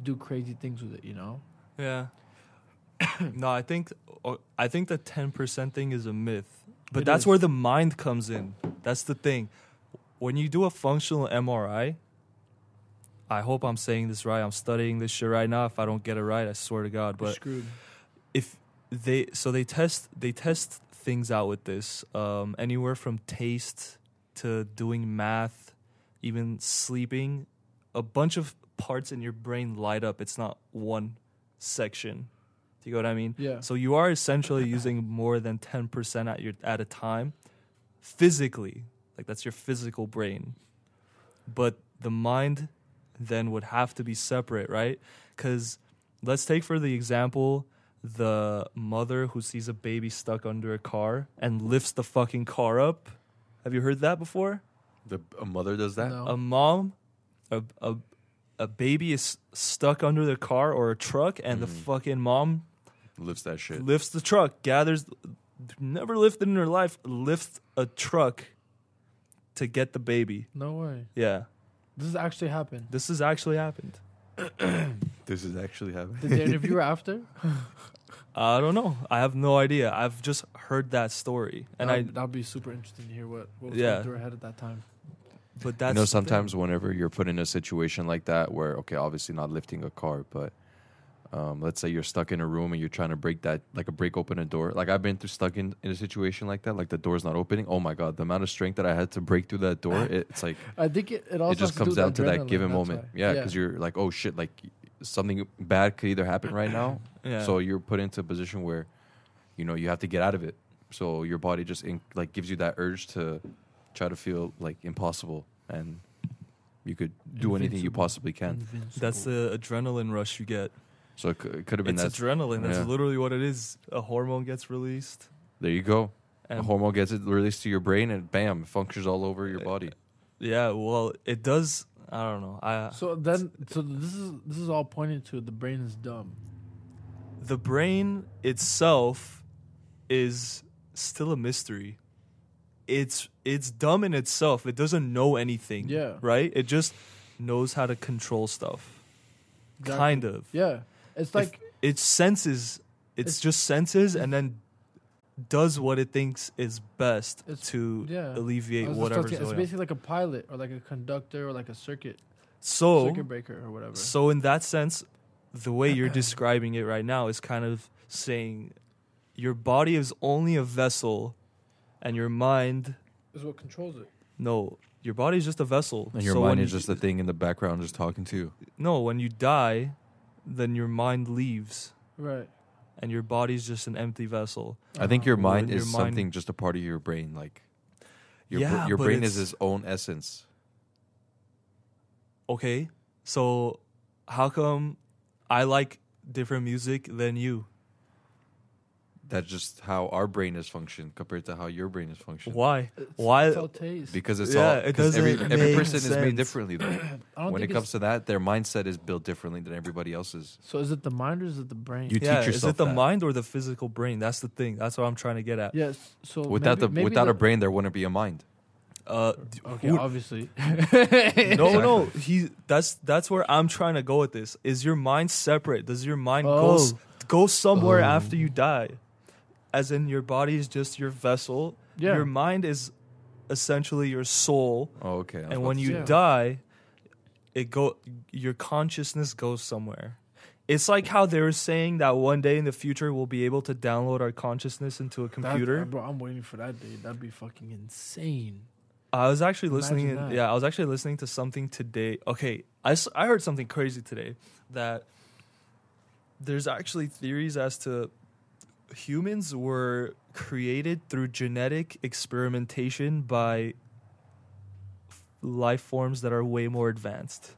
Speaker 3: do crazy things with it. You know.
Speaker 2: Yeah. (coughs) no, I think or- I think the ten percent thing is a myth, but
Speaker 3: It
Speaker 2: that's
Speaker 3: is.
Speaker 2: where the mind comes in. That's the thing. When you do a functional MRI, I hope I'm saying this right. I'm studying this shit right now. If I don't get it right, I swear to God.
Speaker 3: You're
Speaker 2: But
Speaker 3: screwed.
Speaker 2: if they so they test they test things out with this um, anywhere from taste to doing math even sleeping a bunch of parts in your brain light up it's not one section Do you get what I mean?
Speaker 3: Yeah.
Speaker 2: So you are essentially using more than 10% at your at a time physically. Like that's your physical brain. But the mind then would have to be separate, right? Cuz let's take for the example the mother who sees a baby stuck under a car and lifts the fucking car up. Have you heard that before?
Speaker 4: The a mother does that.
Speaker 3: No.
Speaker 2: a mom, a a, a baby is stuck under the car or a truck, and the fucking mom
Speaker 4: Lifts that shit.
Speaker 2: lifts the truck, gathers, never lifted in her life, lifts a truck to get the baby.
Speaker 3: No way.
Speaker 2: Yeah,
Speaker 3: This has actually happened.
Speaker 2: this has actually happened.
Speaker 4: This is actually happening.
Speaker 3: Did they interview her
Speaker 4: (laughs)
Speaker 3: after?
Speaker 2: I don't know. I have no idea. I've just heard that story, and
Speaker 3: that'd,
Speaker 4: Um,
Speaker 2: I.
Speaker 3: that'd be super interesting to hear what, what was
Speaker 2: Yeah.
Speaker 3: going through her head at that time.
Speaker 2: But that's
Speaker 4: you know,
Speaker 2: the thing.
Speaker 4: sometimes whenever you're put in a situation like that, where okay, obviously not lifting a car, but um, let's say you're stuck in a room and you're trying to break that, like a break open a door. Like I've been through stuck in, in a situation like that, like the door's not opening. Oh my god, the amount of strength that I had to break through
Speaker 3: (laughs)
Speaker 4: that door, it, it's like
Speaker 3: I think it, it also
Speaker 4: it just
Speaker 3: has
Speaker 4: comes
Speaker 3: do with
Speaker 4: down to that
Speaker 3: adrenaline,
Speaker 4: given
Speaker 3: that's
Speaker 4: moment.
Speaker 3: why.
Speaker 4: Yeah, because you're like, oh shit, like something bad could either happen right now.
Speaker 2: Yeah.
Speaker 4: So you're put into a position where, you know, you have to get out of it. So your body just in, like gives you that urge to try to feel like impossible, and you could do anything you
Speaker 3: Invincible.
Speaker 4: possibly
Speaker 2: Mm-hmm.
Speaker 4: can.
Speaker 2: that's the adrenaline rush you get.
Speaker 4: So it, c- it could have been
Speaker 2: It's
Speaker 4: that.
Speaker 2: adrenaline. That's
Speaker 4: yeah.
Speaker 2: literally what it is. A hormone gets released,
Speaker 4: there you go. A
Speaker 2: and
Speaker 4: hormone gets it released to your brain, and bam, it functions all over
Speaker 2: uh,
Speaker 4: your body.
Speaker 2: Yeah, well, it does. I don't know. I
Speaker 3: So then, so this is this is all pointing to the brain is dumb.
Speaker 2: the brain itself is still a mystery. It's it's dumb in itself. It doesn't know anything.
Speaker 3: Yeah.
Speaker 2: Right. It just knows how to control stuff.
Speaker 3: Exactly.
Speaker 2: Kind of.
Speaker 3: Yeah, it's
Speaker 2: If
Speaker 3: like
Speaker 2: it senses. It's,
Speaker 3: It's-
Speaker 2: just senses and then does what it thinks is best
Speaker 3: It's-
Speaker 2: to
Speaker 3: yeah. I
Speaker 2: alleviate
Speaker 3: was just
Speaker 2: whatever's
Speaker 3: talking- It's
Speaker 2: going on.
Speaker 3: basically like a pilot or like a conductor or like a circuit
Speaker 4: Oh.
Speaker 2: So
Speaker 3: circuit breaker or whatever.
Speaker 2: So in that sense, the way
Speaker 4: (clears throat)
Speaker 2: you're describing it right now is kind of saying your body is only a vessel and your mind
Speaker 3: is what controls it.
Speaker 2: no, your body is just a vessel.
Speaker 4: And your
Speaker 2: So
Speaker 4: mind
Speaker 2: when
Speaker 4: is just a thing in the background, just talking to you.
Speaker 2: No, when you die, then your mind leaves
Speaker 3: Right.
Speaker 2: and your body's just an empty vessel.
Speaker 4: I think your
Speaker 2: Uh-huh.
Speaker 4: mind
Speaker 2: Your
Speaker 4: is
Speaker 2: mind-
Speaker 4: something just a part of your brain. Like your br-
Speaker 2: Yeah,
Speaker 4: your
Speaker 2: but
Speaker 4: brain is
Speaker 2: it's-
Speaker 4: its own essence.
Speaker 2: Okay? So how come I like different music than you?
Speaker 4: That's just how our brain is functioned compared to how your brain is functioned.
Speaker 2: Why?
Speaker 3: It's,
Speaker 2: Why
Speaker 3: It's all taste.
Speaker 4: Because it's
Speaker 2: Yeah,
Speaker 4: all
Speaker 2: it
Speaker 4: because every
Speaker 2: doesn't
Speaker 4: every
Speaker 2: make
Speaker 4: person is
Speaker 2: sense.
Speaker 4: made differently (clears throat) though.
Speaker 3: I don't
Speaker 4: when it
Speaker 3: think
Speaker 4: comes
Speaker 3: it's,
Speaker 4: to that, their mindset is built differently than everybody else's.
Speaker 3: So is it the mind or is it the brain?
Speaker 4: You-
Speaker 2: yeah,
Speaker 4: teach
Speaker 2: is
Speaker 4: yourself
Speaker 2: it the
Speaker 4: that.
Speaker 2: mind or the physical brain? That's the thing. That's what I'm trying to get at.
Speaker 3: yes. So
Speaker 4: Without
Speaker 3: maybe,
Speaker 4: the
Speaker 3: maybe
Speaker 4: without
Speaker 3: the,
Speaker 4: a brain, there wouldn't be a mind.
Speaker 2: Uh,
Speaker 3: Okay,
Speaker 2: who-
Speaker 4: (laughs)
Speaker 3: obviously.
Speaker 2: no, no. He that's that's where I'm trying to go with this. Is your mind separate? Does your mind go s- go somewhere after you die? As in, your body is just your vessel.
Speaker 3: Yeah.
Speaker 2: Your mind is essentially your soul,
Speaker 4: Oh, okay. I was
Speaker 2: and
Speaker 4: about
Speaker 2: when
Speaker 4: to
Speaker 2: you
Speaker 4: say.
Speaker 3: Yeah.
Speaker 2: die, it go your consciousness goes somewhere. It's like how they were saying that one day in the future we'll be able to download our consciousness into a
Speaker 3: That-
Speaker 2: computer.
Speaker 3: uh, bro, I'm waiting for that day. That'd be fucking insane.
Speaker 2: I was actually listening.
Speaker 3: Imagine that.
Speaker 2: Yeah, I was actually listening to something today. Okay, I, s- I heard something crazy today that there's actually theories as to humans were created through genetic experimentation by f- life forms that are way more advanced.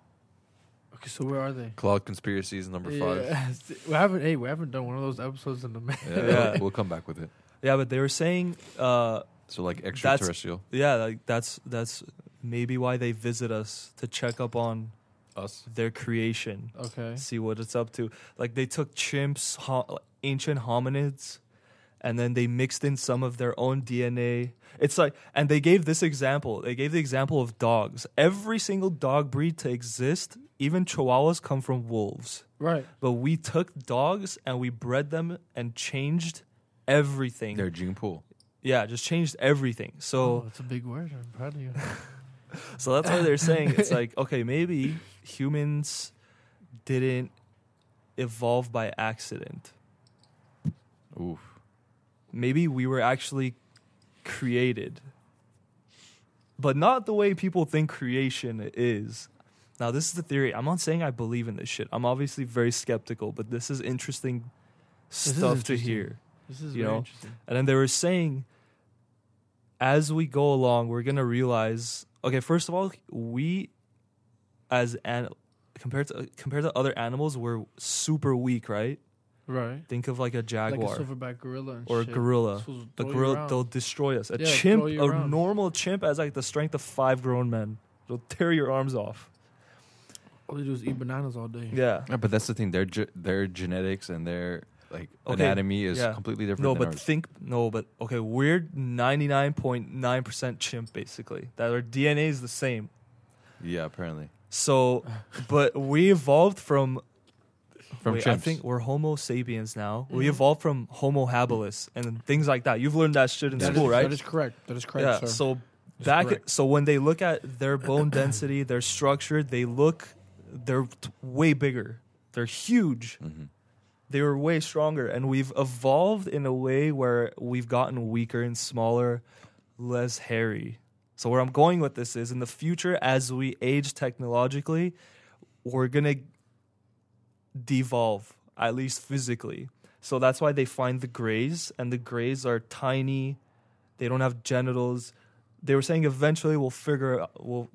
Speaker 3: Okay, so where are they?
Speaker 4: cloud conspiracies number (laughs) five.
Speaker 3: Yeah. (laughs) we haven't. Hey, we haven't done one of those episodes in a minute.
Speaker 4: Yeah,
Speaker 2: Yeah.
Speaker 4: We'll, we'll come back with it.
Speaker 2: Yeah, but they were saying, uh,
Speaker 4: So like extraterrestrial,
Speaker 2: yeah, like that's that's maybe why they visit us to check up on
Speaker 4: us.
Speaker 2: their creation.
Speaker 3: (laughs) Okay.
Speaker 2: see what it's up to. Like they took chimps, ho- ancient hominids, and then they mixed in some of their own DNA. It's like, and they gave this example. They gave the example of dogs. Every single dog breed to exist, even Chihuahuas, come from wolves.
Speaker 3: Right.
Speaker 2: But we took dogs and we bred them and changed everything.
Speaker 4: Their gene pool.
Speaker 2: yeah, just changed everything. So,
Speaker 3: (laughs) Oh, it's a big word. I'm proud of you.
Speaker 2: so that's why they're saying it's like, okay, maybe humans didn't evolve by accident.
Speaker 4: Oof.
Speaker 2: maybe we were actually created, but not the way people think creation is. Now, this is the theory. I'm not saying I believe in this shit. I'm obviously very skeptical, but this is interesting
Speaker 3: is
Speaker 2: stuff to
Speaker 3: interesting.
Speaker 2: hear.
Speaker 3: (laughs) This is
Speaker 2: You
Speaker 3: very
Speaker 2: know?
Speaker 3: interesting.
Speaker 2: And then they were saying, as we go along, we're gonna realize. Okay, first of all, we as an compared to compared to other animals, we're super weak, right?
Speaker 3: Right.
Speaker 2: Think of like a jaguar
Speaker 3: Like a silverback gorilla and
Speaker 2: or a
Speaker 3: shit.
Speaker 2: gorilla.
Speaker 3: Fools
Speaker 2: A
Speaker 3: throw you
Speaker 2: gorilla,
Speaker 3: around.
Speaker 2: they'll destroy us. A
Speaker 3: Yeah,
Speaker 2: chimp,
Speaker 3: throw you
Speaker 2: a
Speaker 3: around.
Speaker 2: normal chimp, has like the strength of five grown men. They'll tear your arms off.
Speaker 3: All they do is eat bananas all day.
Speaker 2: Yeah.
Speaker 4: Yeah, but that's the thing. Their ge- their genetics and their like
Speaker 2: Okay,
Speaker 4: anatomy is
Speaker 2: yeah.
Speaker 4: completely different.
Speaker 2: No,
Speaker 4: than
Speaker 2: but
Speaker 4: ours.
Speaker 2: think no, but okay, we're ninety nine point nine percent chimp basically. That our DNA is the same.
Speaker 4: yeah, apparently
Speaker 2: So, but we evolved from.
Speaker 4: from
Speaker 2: wait,
Speaker 4: chimps.
Speaker 2: I think we're Homo sapiens now. We
Speaker 3: Mm-hmm.
Speaker 2: evolved from Homo habilis and things like that. You've learned that shit in
Speaker 3: That is-
Speaker 2: school, right?
Speaker 3: That is correct. That is correct,
Speaker 2: yeah.
Speaker 3: sir.
Speaker 2: So
Speaker 3: That's
Speaker 2: back,
Speaker 3: correct.
Speaker 2: so when they look at their bone density, their structure, they look, they're t- way bigger. They're huge.
Speaker 4: Mhm.
Speaker 2: They were way stronger, and we've evolved in a way where we've gotten weaker and smaller, less hairy. So where I'm going with this is, in the future, as we age technologically, we're gonna devolve at least physically. So that's why they find the grays, and the grays are tiny. They don't have genitals. They were saying eventually we'll figure, we'll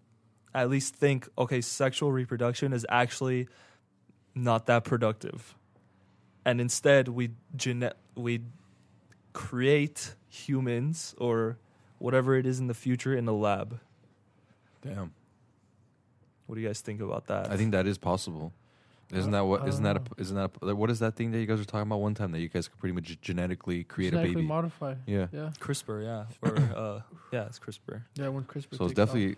Speaker 2: at least think, okay, sexual reproduction is actually not that productive, and instead we gene- we create humans or whatever it is in the future in a lab.
Speaker 4: Damn,
Speaker 2: What do you guys think about that?
Speaker 4: I think that is possible. Isn't that what? Isn't that?
Speaker 3: Uh,
Speaker 4: A, isn't that? A, what is that thing that you guys were talking about one time that you guys could pretty much genetically create
Speaker 3: Genetically
Speaker 4: a baby?
Speaker 3: modify.
Speaker 4: yeah.
Speaker 3: Yeah.
Speaker 2: CRISPR, yeah,
Speaker 4: (coughs)
Speaker 2: or uh, yeah, it's CRISPR.
Speaker 3: Yeah, when CRISPR
Speaker 4: So it's
Speaker 3: takes off.
Speaker 4: definitely.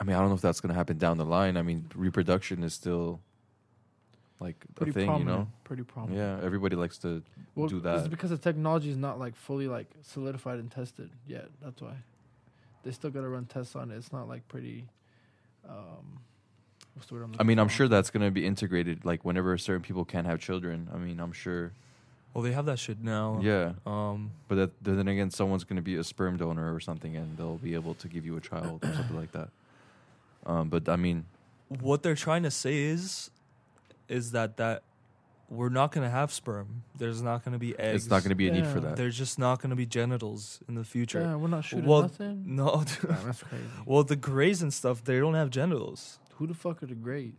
Speaker 4: I mean, I don't know if that's gonna happen down the line. I mean, reproduction is still like
Speaker 3: pretty
Speaker 4: a thing, you
Speaker 3: prominent.
Speaker 4: know.
Speaker 3: Pretty prominent.
Speaker 4: Yeah, everybody likes to.
Speaker 3: Well,
Speaker 4: do
Speaker 3: It's
Speaker 4: that.
Speaker 3: because the technology is not like fully like solidified and tested yet. That's why they still gotta run tests on it. It's not like pretty. Um, what's the word I'm
Speaker 4: I mean,
Speaker 3: looking
Speaker 4: I'm
Speaker 3: for?
Speaker 4: sure that's gonna be integrated. Like whenever certain people can't have children, I mean, I'm sure.
Speaker 2: Well, they have that shit
Speaker 3: Oh.
Speaker 2: now.
Speaker 4: Yeah,
Speaker 2: Um,
Speaker 4: but that, then again, someone's gonna be a sperm donor or something, and they'll be able to give you a child or something like that. Um, but I mean,
Speaker 2: what they're trying to say is, is that that we're not gonna have sperm. There's not gonna be eggs.
Speaker 4: it's not gonna be a need for
Speaker 3: Yeah.
Speaker 4: that.
Speaker 2: There's just not gonna be genitals in the future.
Speaker 3: Yeah, we're not shooting
Speaker 2: Well,
Speaker 3: nothing.
Speaker 2: No. (laughs)
Speaker 3: (laughs) Nah, that's crazy.
Speaker 2: well, the grays and stuff, they don't have genitals.
Speaker 3: Who the fuck are the Greys?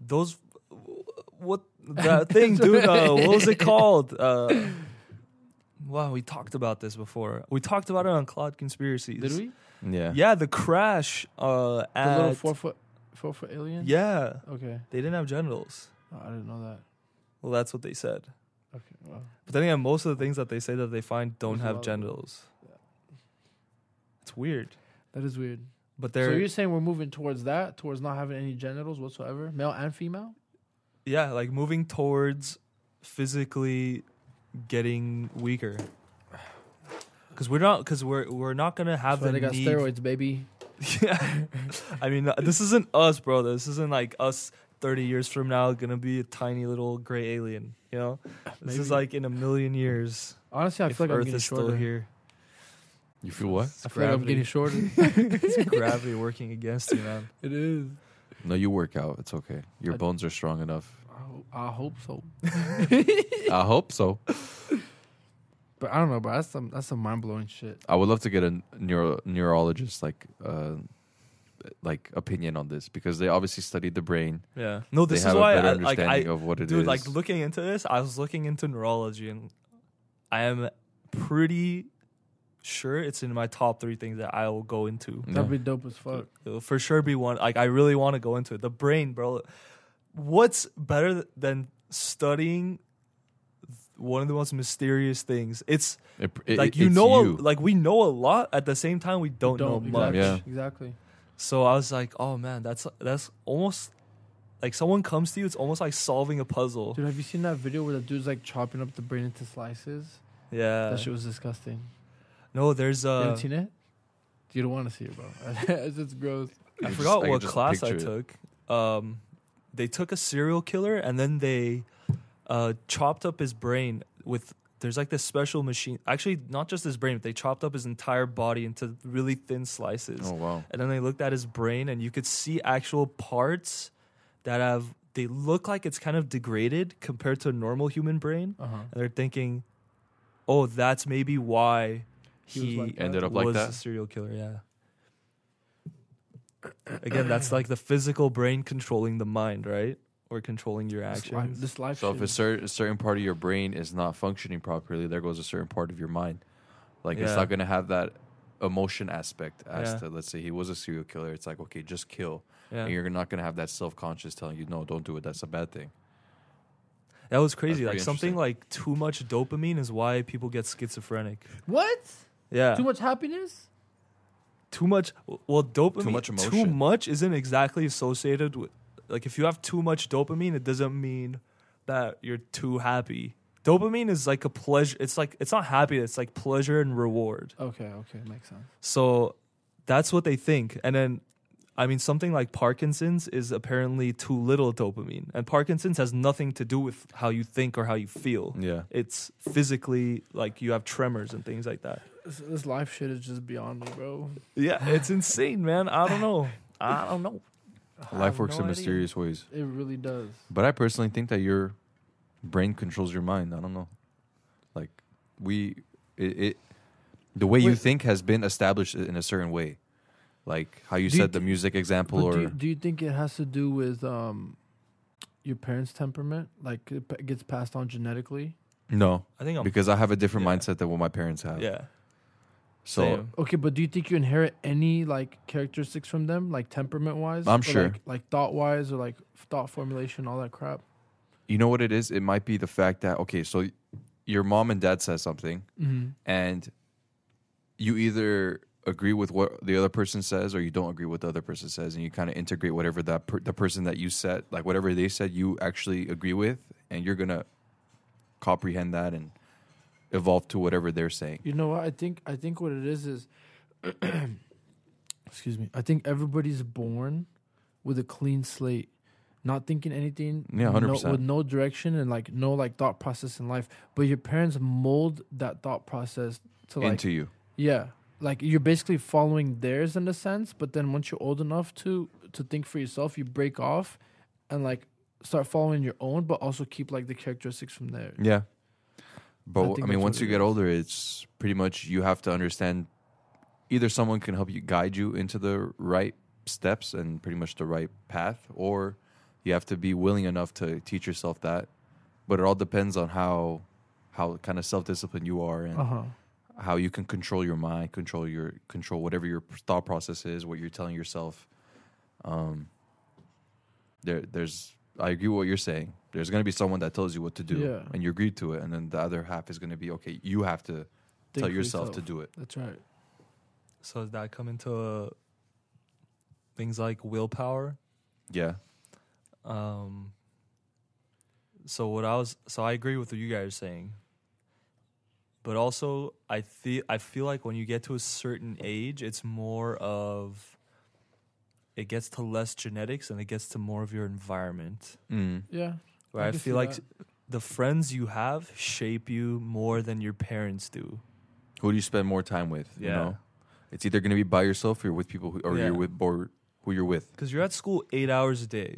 Speaker 2: Those, what
Speaker 3: (laughs)
Speaker 2: that thing, dude? Uh, what was it called? Uh, wow, we talked about this before. We talked about it on Cloud Conspiracies.
Speaker 3: Did we?
Speaker 4: yeah.
Speaker 2: Yeah, the crash. Uh,
Speaker 3: The
Speaker 2: at,
Speaker 3: little four foot, four foot alien.
Speaker 2: Yeah,
Speaker 3: Okay.
Speaker 2: they didn't have genitals.
Speaker 3: Oh, I didn't know that.
Speaker 2: Well, that's what they said.
Speaker 3: Okay. Well,
Speaker 2: But then again, most of the things that they say that they find don't
Speaker 3: There's a
Speaker 2: have
Speaker 3: lot of them.
Speaker 2: genitals. It's weird.
Speaker 3: that is weird.
Speaker 2: But
Speaker 3: so
Speaker 2: they're
Speaker 3: you're saying we're moving towards that, towards not having any genitals whatsoever, male and female?
Speaker 2: yeah, like moving towards physically getting weaker. Because we're not, because we're we're not gonna have
Speaker 3: so
Speaker 2: the
Speaker 3: they got
Speaker 2: need.
Speaker 3: steroids, baby.
Speaker 2: (laughs) yeah, I mean, uh, this isn't us, bro. This isn't like us. Thirty years from now, gonna be a tiny little gray alien. You know, this is
Speaker 3: Maybe.
Speaker 2: like in a million years.
Speaker 3: Honestly, I
Speaker 2: if
Speaker 3: feel like I'm
Speaker 2: Earth
Speaker 3: getting
Speaker 2: is
Speaker 3: shorter.
Speaker 2: still here.
Speaker 4: You feel what?
Speaker 2: It's
Speaker 3: I feel like I'm getting shorter.
Speaker 2: it's (laughs) gravity working against you, man.
Speaker 3: (laughs) it is.
Speaker 4: No, you work out. It's okay. Your
Speaker 3: I-
Speaker 4: bones are
Speaker 2: (laughs)
Speaker 4: strong enough.
Speaker 3: I hope, I hope so.
Speaker 4: I hope so.
Speaker 3: But I don't know, bro. That's some that's some mind blowing shit.
Speaker 4: I would love to get a neuro neurologist like uh like opinion on this because they obviously studied the brain.
Speaker 2: Yeah. No, this
Speaker 4: they
Speaker 2: is
Speaker 4: have
Speaker 2: why
Speaker 4: a better
Speaker 2: I like
Speaker 4: understanding
Speaker 2: I
Speaker 4: of what it is.
Speaker 2: dude like looking into this. I was looking into neurology, and I am pretty sure it's in my top three things that I will go into.
Speaker 4: Yeah.
Speaker 3: That'd be dope as fuck.
Speaker 2: It'll for sure be one. Like I really want to go into it. The brain, bro. What's better th- than studying th- one of the most mysterious things? It's
Speaker 4: It- it-
Speaker 2: like
Speaker 4: it-
Speaker 2: you
Speaker 4: it's
Speaker 2: know, A,
Speaker 4: you.
Speaker 2: like we know a lot. At the same time, we don't, know
Speaker 3: exactly,
Speaker 2: much.
Speaker 4: Yeah.
Speaker 3: exactly.
Speaker 2: So I was like, oh man, that's that's almost like someone comes to you. It's almost like solving a puzzle.
Speaker 3: Dude, have you seen that video where the dude's like chopping up the brain into slices?
Speaker 2: yeah.
Speaker 3: that shit was disgusting.
Speaker 2: No, there's
Speaker 3: you
Speaker 2: uh,
Speaker 3: haven't seen it? You don't want to see it, bro. (laughs) it's just gross.
Speaker 2: I
Speaker 4: I just-
Speaker 2: forgot
Speaker 4: I can
Speaker 2: what
Speaker 4: just
Speaker 2: class I
Speaker 4: picture
Speaker 2: took. Um, they took a serial killer and then they uh chopped up his brain with. There's like this special machine. Actually, not just his brain, but they chopped up his entire body into really thin slices.
Speaker 4: Oh wow.
Speaker 2: and then they looked at his brain and you could see actual parts that have they look like it's kind of degraded compared to a normal human brain,
Speaker 3: Uh huh.
Speaker 2: and they're thinking, "Oh, that's maybe why
Speaker 3: He was
Speaker 2: he
Speaker 3: like that.
Speaker 4: Ended up like
Speaker 2: was
Speaker 4: that.
Speaker 2: a serial killer." Yeah. Again, that's like the physical brain controlling the mind, right? Or controlling your
Speaker 3: This life,
Speaker 2: actions.
Speaker 3: this life
Speaker 4: So if
Speaker 3: shit
Speaker 4: a,
Speaker 3: is-
Speaker 4: cer- a certain part of your brain is not functioning properly, there goes a certain part of your mind. Like it's
Speaker 2: Yeah.
Speaker 4: not going to have that emotion aspect as
Speaker 2: Yeah.
Speaker 4: to let's say he was a serial killer. It's like okay, just kill,
Speaker 2: Yeah.
Speaker 4: and you're not going to have that self conscious telling you no, don't do it. That's a bad thing.
Speaker 2: That was crazy.
Speaker 4: That's
Speaker 2: Like
Speaker 4: pretty
Speaker 2: something
Speaker 4: interesting.
Speaker 2: like too much dopamine is why people get schizophrenic.
Speaker 3: what?
Speaker 2: Yeah.
Speaker 3: Too much happiness?
Speaker 2: too much well dopamine
Speaker 4: much
Speaker 2: too
Speaker 4: emotion.
Speaker 2: much isn't exactly associated with like if you have too much dopamine it doesn't mean that you're too happy dopamine is like a pleasure it's like it's not happy it's like pleasure and reward
Speaker 3: Okay, okay, makes sense.
Speaker 2: so that's what they think and then i mean something like parkinson's is apparently too little dopamine and parkinson's has nothing to do with how you think or how you feel
Speaker 4: Yeah,
Speaker 2: it's physically like you have tremors and things like that
Speaker 3: This, this life shit is just beyond me, bro.
Speaker 2: yeah it's insane man i don't know i don't know
Speaker 4: (sighs) life works
Speaker 2: no
Speaker 4: in
Speaker 2: idea.
Speaker 4: mysterious ways.
Speaker 3: It really does.
Speaker 4: But I personally think that your brain controls your mind. I don't know. Like we, it, it the way you
Speaker 3: Wait.
Speaker 4: think has been established in a certain way. Like how you
Speaker 3: Do you
Speaker 4: said the
Speaker 3: thi-
Speaker 4: music example,
Speaker 3: But
Speaker 4: or
Speaker 3: do, you, do you think it has to do with um, your parents' temperament? Like it p- gets passed on genetically?
Speaker 4: no,
Speaker 2: I think I'm.
Speaker 4: because I have a different
Speaker 2: Yeah.
Speaker 4: mindset than what my parents
Speaker 2: (laughs)
Speaker 4: have.
Speaker 2: yeah.
Speaker 4: So
Speaker 2: same.
Speaker 3: Okay, but do you think you inherit any like characteristics from them, like temperament wise?
Speaker 4: I'm sure.
Speaker 3: Like, like thought wise or like thought formulation, all that crap.
Speaker 4: you know what it is? It might be the fact that okay, so your mom and dad says something,
Speaker 3: Mm-hmm.
Speaker 4: and you either agree with what the other person says or you don't agree with what the other person says and you kind of integrate whatever that per- the person that you said like whatever they said you actually agree with and you're going to comprehend that and evolve to whatever they're saying
Speaker 3: You know what? I think I think what it is (clears throat) is, excuse me. I think everybody's born with a clean slate, not thinking anything.
Speaker 4: Yeah, 100%.
Speaker 3: no- With no direction and like no like thought process in life. But your parents mold that thought process to like
Speaker 4: into you
Speaker 3: yeah, like you're basically following theirs in a sense. But then once you're old enough to to think for yourself, you break off and like start following your own, but also keep like the characteristics from there.
Speaker 4: yeah
Speaker 3: I
Speaker 4: but
Speaker 3: think
Speaker 4: i,
Speaker 3: that's
Speaker 4: mean once
Speaker 3: what
Speaker 4: you
Speaker 3: it
Speaker 4: get
Speaker 3: is.
Speaker 4: older it's pretty much you have to understand either someone can help you guide you into the right steps and pretty much the right path or you have to be willing enough to teach yourself that but it all depends on how how kind of self-disciplined you are and
Speaker 3: Uh huh.
Speaker 4: how you can control your mind control your control whatever your thought process is what you're telling yourself um there there's i agree with what you're saying there's going to be someone that tells you what to do
Speaker 3: Yeah.
Speaker 4: and you agree to it and then the other half is going to be okay you have to tell yourself, to do it
Speaker 3: That's right.
Speaker 2: So does that come into uh, things like willpower?
Speaker 4: yeah
Speaker 2: Um. So what I was, so I agree with what you guys are saying. But also, I feel I feel like when you get to a certain age, it's more of. It gets to less genetics and it gets to more of your environment.
Speaker 4: mm.
Speaker 3: Yeah.
Speaker 2: Where
Speaker 3: I
Speaker 2: I,
Speaker 3: can see
Speaker 2: feel like
Speaker 3: that.
Speaker 2: the friends you have shape you more than your parents do.
Speaker 4: who do you spend more time with you
Speaker 2: Yeah.
Speaker 4: know it's either going to be by yourself or you're with people who or
Speaker 2: Yeah.
Speaker 4: you're with or who you're with
Speaker 2: Because you're at school eight hours a day.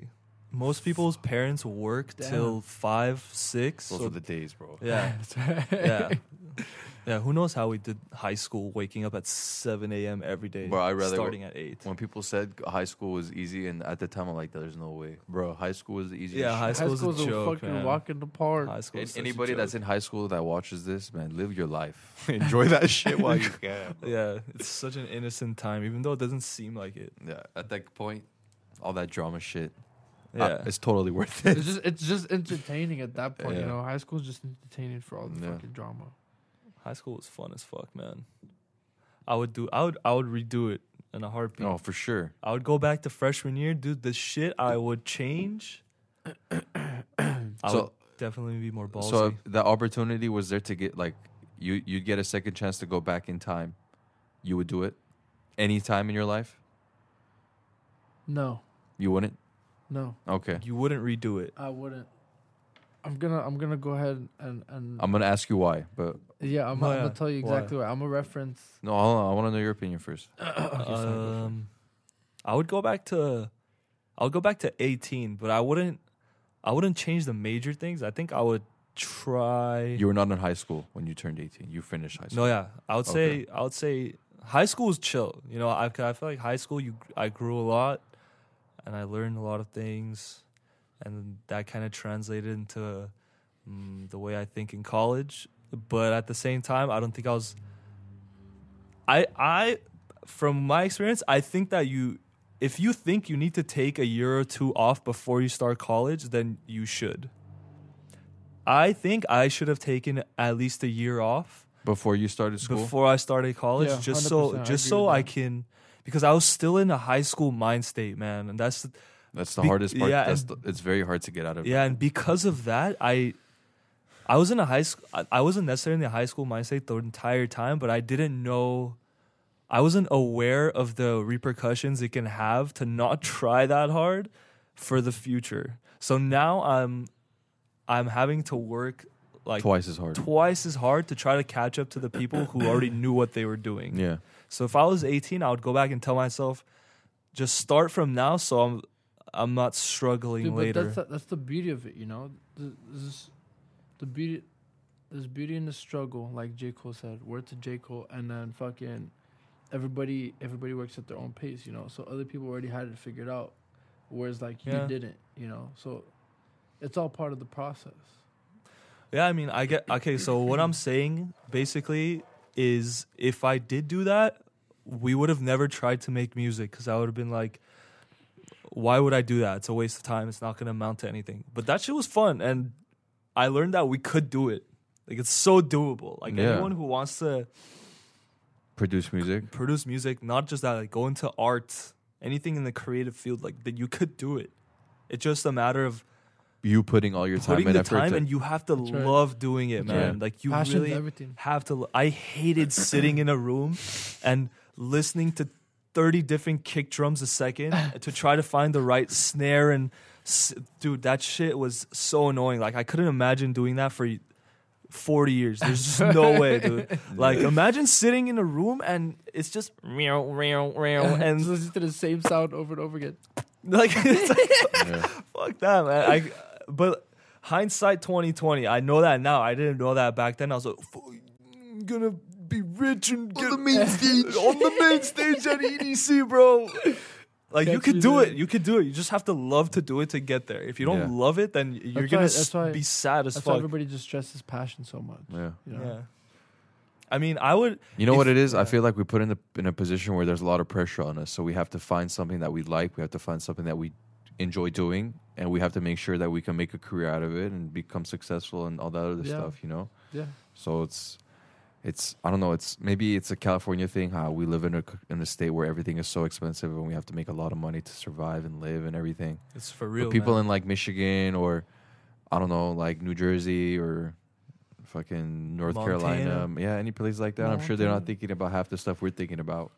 Speaker 2: Most people's parents work
Speaker 3: Damn.
Speaker 2: till five, six.
Speaker 4: those
Speaker 2: so-
Speaker 4: are the days bro
Speaker 2: (laughs) yeah,
Speaker 3: That's right.
Speaker 2: yeah,
Speaker 3: (laughs)
Speaker 2: yeah. Who knows how we did high school, waking up at seven a.m. every day,
Speaker 4: Bro, I'd rather-
Speaker 2: starting at eight.
Speaker 4: when people said high school was easy and at the time i'm like there's no way bro high school was the easiest
Speaker 2: Yeah,
Speaker 4: shit.
Speaker 2: high
Speaker 3: High
Speaker 2: school's,
Speaker 3: school's
Speaker 2: a joke,
Speaker 3: fucking
Speaker 2: man.
Speaker 3: walk in the park.
Speaker 2: High school.
Speaker 4: An- anybody that's in high school that watches this, man, live your life. (laughs)
Speaker 2: enjoy that shit
Speaker 4: while you can.
Speaker 2: (laughs) yeah, it's such an innocent time, even though it doesn't seem like it.
Speaker 4: Yeah, at that point, all that drama shit,
Speaker 2: Yeah,
Speaker 4: uh, it's totally worth it. (laughs)
Speaker 3: it's just it's just entertaining at that point, you
Speaker 4: Yeah.
Speaker 3: know. High school's just entertaining for all the
Speaker 4: Yeah.
Speaker 3: fucking drama.
Speaker 2: high school was fun as fuck, man. I would do. I would. I would redo it in a heartbeat.
Speaker 4: Oh, for sure.
Speaker 2: I would go back to freshman year, dude. The shit I would
Speaker 4: (clears throat)
Speaker 2: change. I
Speaker 4: So-
Speaker 2: would definitely be more ballsy.
Speaker 4: So if the opportunity was there to get like you, you'd get a second chance to go back in time. You would do it any time in your life.
Speaker 3: No,
Speaker 4: You wouldn't.
Speaker 3: no,
Speaker 4: Okay,
Speaker 2: you wouldn't redo it.
Speaker 3: I wouldn't. I'm gonna I'm gonna go ahead and and
Speaker 4: I'm gonna ask you why, but
Speaker 3: yeah, I'm,
Speaker 2: Oh,
Speaker 3: I'm
Speaker 2: yeah.
Speaker 3: gonna tell you
Speaker 2: Why?
Speaker 3: exactly what I'm a reference.
Speaker 4: no, hold on, I want to know your opinion first.
Speaker 2: Uh, um, I would go back to, I would go back to 18, but I wouldn't. I wouldn't change the major things. I think I would try.
Speaker 4: You were not in high school when you turned 18. You finished high school.
Speaker 2: no, yeah, I would
Speaker 4: Okay.
Speaker 2: say I would say high school is chill. You know, I 'cause I feel like high school you I grew a lot, and I learned a lot of things, and that kind of translated into mm, the way I think in college. But at the same time, I don't think I was. I I, from my experience, I think that you, if you think you need to take a year or two off before you start college, then you should. I think I should have taken at least a year off
Speaker 4: Before you started school?
Speaker 2: before I started college,
Speaker 3: Yeah,
Speaker 2: just so
Speaker 3: 100%, I
Speaker 2: just
Speaker 3: agree
Speaker 2: so
Speaker 3: with
Speaker 2: I
Speaker 3: that.
Speaker 2: can because I was still in a high school mind state, man, and that's
Speaker 4: That's the
Speaker 2: Be-
Speaker 4: hardest part.
Speaker 2: yeah,
Speaker 4: That's
Speaker 2: and-
Speaker 4: the, it's very hard to get out of.
Speaker 2: yeah, and because of that, I I was in a high school. I, I wasn't necessarily in a high school mind state the entire time, but I didn't know. I wasn't aware of the repercussions it can have to not (laughs) try that hard for the future. So now I'm I'm having to work like
Speaker 4: twice as hard.
Speaker 2: twice as hard to try to catch up to the people who already knew what they were doing.
Speaker 4: yeah,
Speaker 2: So if I was 18, I would go back and tell myself, just start from now, so I'm I'm not struggling
Speaker 3: Dude, but
Speaker 2: later.
Speaker 3: that's the, that's the beauty of it, you know. Th- This, is the beauty. There's beauty in the struggle, like J Cole said. Word to J Cole, and then fucking everybody. Everybody works at their own pace, you know. So other people already had it figured out, whereas like
Speaker 2: Yeah.
Speaker 3: you didn't, you know. So it's all part of the process.
Speaker 2: yeah, I mean, I get okay. So what I'm saying basically is, if I did do that, we would have never tried to make music because I would have been like, why would I do that? It's a waste of time. It's not going to amount to anything. But that shit was fun, and I learned that we could do it. Like it's so doable. Like
Speaker 4: Yeah.
Speaker 2: anyone who wants to
Speaker 4: produce music.
Speaker 2: produce music, not just that, like go into art, anything in the creative field, like that you could do it. It's just a matter of
Speaker 4: You putting all your time
Speaker 2: putting
Speaker 4: and
Speaker 2: the
Speaker 4: effort.
Speaker 2: time,
Speaker 4: to-
Speaker 2: and you have to
Speaker 3: That's right.
Speaker 2: love doing it,
Speaker 4: Yeah.
Speaker 2: man. Like you
Speaker 3: Passion's
Speaker 2: really
Speaker 3: everything.
Speaker 2: have to. lo- I hated sitting in a room and listening to thirty different kick drums a
Speaker 3: (laughs)
Speaker 2: second to try to find the right snare and, s- dude, that shit was so annoying. Like I couldn't imagine doing that for. 40 years. There's just no way,
Speaker 3: (laughs)
Speaker 2: dude. Like, imagine sitting in a room and it's just meow, meow, meow,
Speaker 3: (laughs)
Speaker 2: and
Speaker 3: just listen to the same sound over and over again.
Speaker 2: (laughs) like, it's like
Speaker 3: (laughs)
Speaker 4: Yeah.
Speaker 2: fuck that, man. I, but hindsight 2020, I know that now. I didn't know that back then. I was like, "Fuck, I'm gonna be rich and get on the (laughs) main stage on the main stage at EDC, bro. Like you
Speaker 3: Catch
Speaker 2: could
Speaker 3: you
Speaker 2: do
Speaker 3: there.
Speaker 2: it. You could do it. You just have to love to do it to get there. If you don't
Speaker 4: Yeah.
Speaker 2: love it, then you're
Speaker 3: That's
Speaker 2: gonna
Speaker 3: why-
Speaker 2: s-
Speaker 3: that's why-
Speaker 2: be sad as
Speaker 3: That's why
Speaker 2: fuck.
Speaker 3: everybody just stresses passion so much.
Speaker 4: yeah.
Speaker 3: You know?
Speaker 2: Yeah. I mean, I would.
Speaker 4: You know
Speaker 2: If-
Speaker 4: what it is? I feel like we put in the in a position where there's a lot of pressure on us, so we have to find something that we like. We have to find something that we enjoy doing, and we have to make sure that we can make a career out of it and become successful and all that other
Speaker 3: Yeah.
Speaker 4: stuff. You know,
Speaker 3: yeah.
Speaker 4: so it's it's I don't know. It's maybe it's a California thing. How we live in a c- in a state where everything is so expensive and we have to make a lot of money to survive and live and everything.
Speaker 2: It's for
Speaker 4: But
Speaker 2: real.
Speaker 4: people
Speaker 2: man.
Speaker 4: in like Michigan or I don't know, like New Jersey or fucking North Carolina, um, yeah, any place like that. I'm sure they're not
Speaker 3: Montana.
Speaker 4: thinking about half the stuff we're thinking about.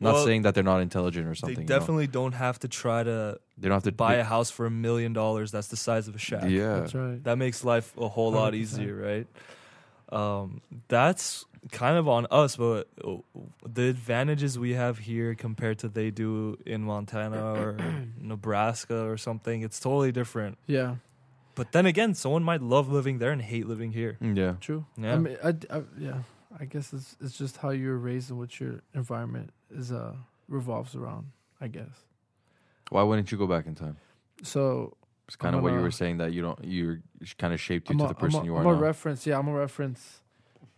Speaker 4: Not
Speaker 2: Well,
Speaker 4: saying that they're not intelligent or something.
Speaker 2: they
Speaker 4: you know?
Speaker 2: definitely don't have to try to
Speaker 4: they don't have to
Speaker 2: buy
Speaker 4: they-
Speaker 2: a house for a million dollars. That's the size of a shack.
Speaker 4: Yeah,
Speaker 3: That's right.
Speaker 2: That makes life a whole lot
Speaker 3: 100%.
Speaker 2: easier, right? Um, that's kind of on us, but uh, the advantages we have here compared to they do in Montana
Speaker 3: (clears throat)
Speaker 2: or Nebraska or something, it's totally different.
Speaker 3: Yeah.
Speaker 2: But then again, someone might love living there and hate living here.
Speaker 4: Mm, yeah.
Speaker 3: True.
Speaker 2: Yeah.
Speaker 3: I mean, I, d- I- yeah. I guess it's it's just how you're raised and what your environment is uh revolves around. I guess.
Speaker 4: Why wouldn't you go back in time?
Speaker 3: So
Speaker 4: It's kind of
Speaker 3: I'm
Speaker 4: what you
Speaker 3: a-
Speaker 4: were saying that you don't you're kind of shaped you
Speaker 3: I'm
Speaker 4: to
Speaker 3: a,
Speaker 4: the person
Speaker 3: I'm a,
Speaker 4: you are
Speaker 3: I'm a
Speaker 4: now.
Speaker 3: reference. Yeah, I'm a reference.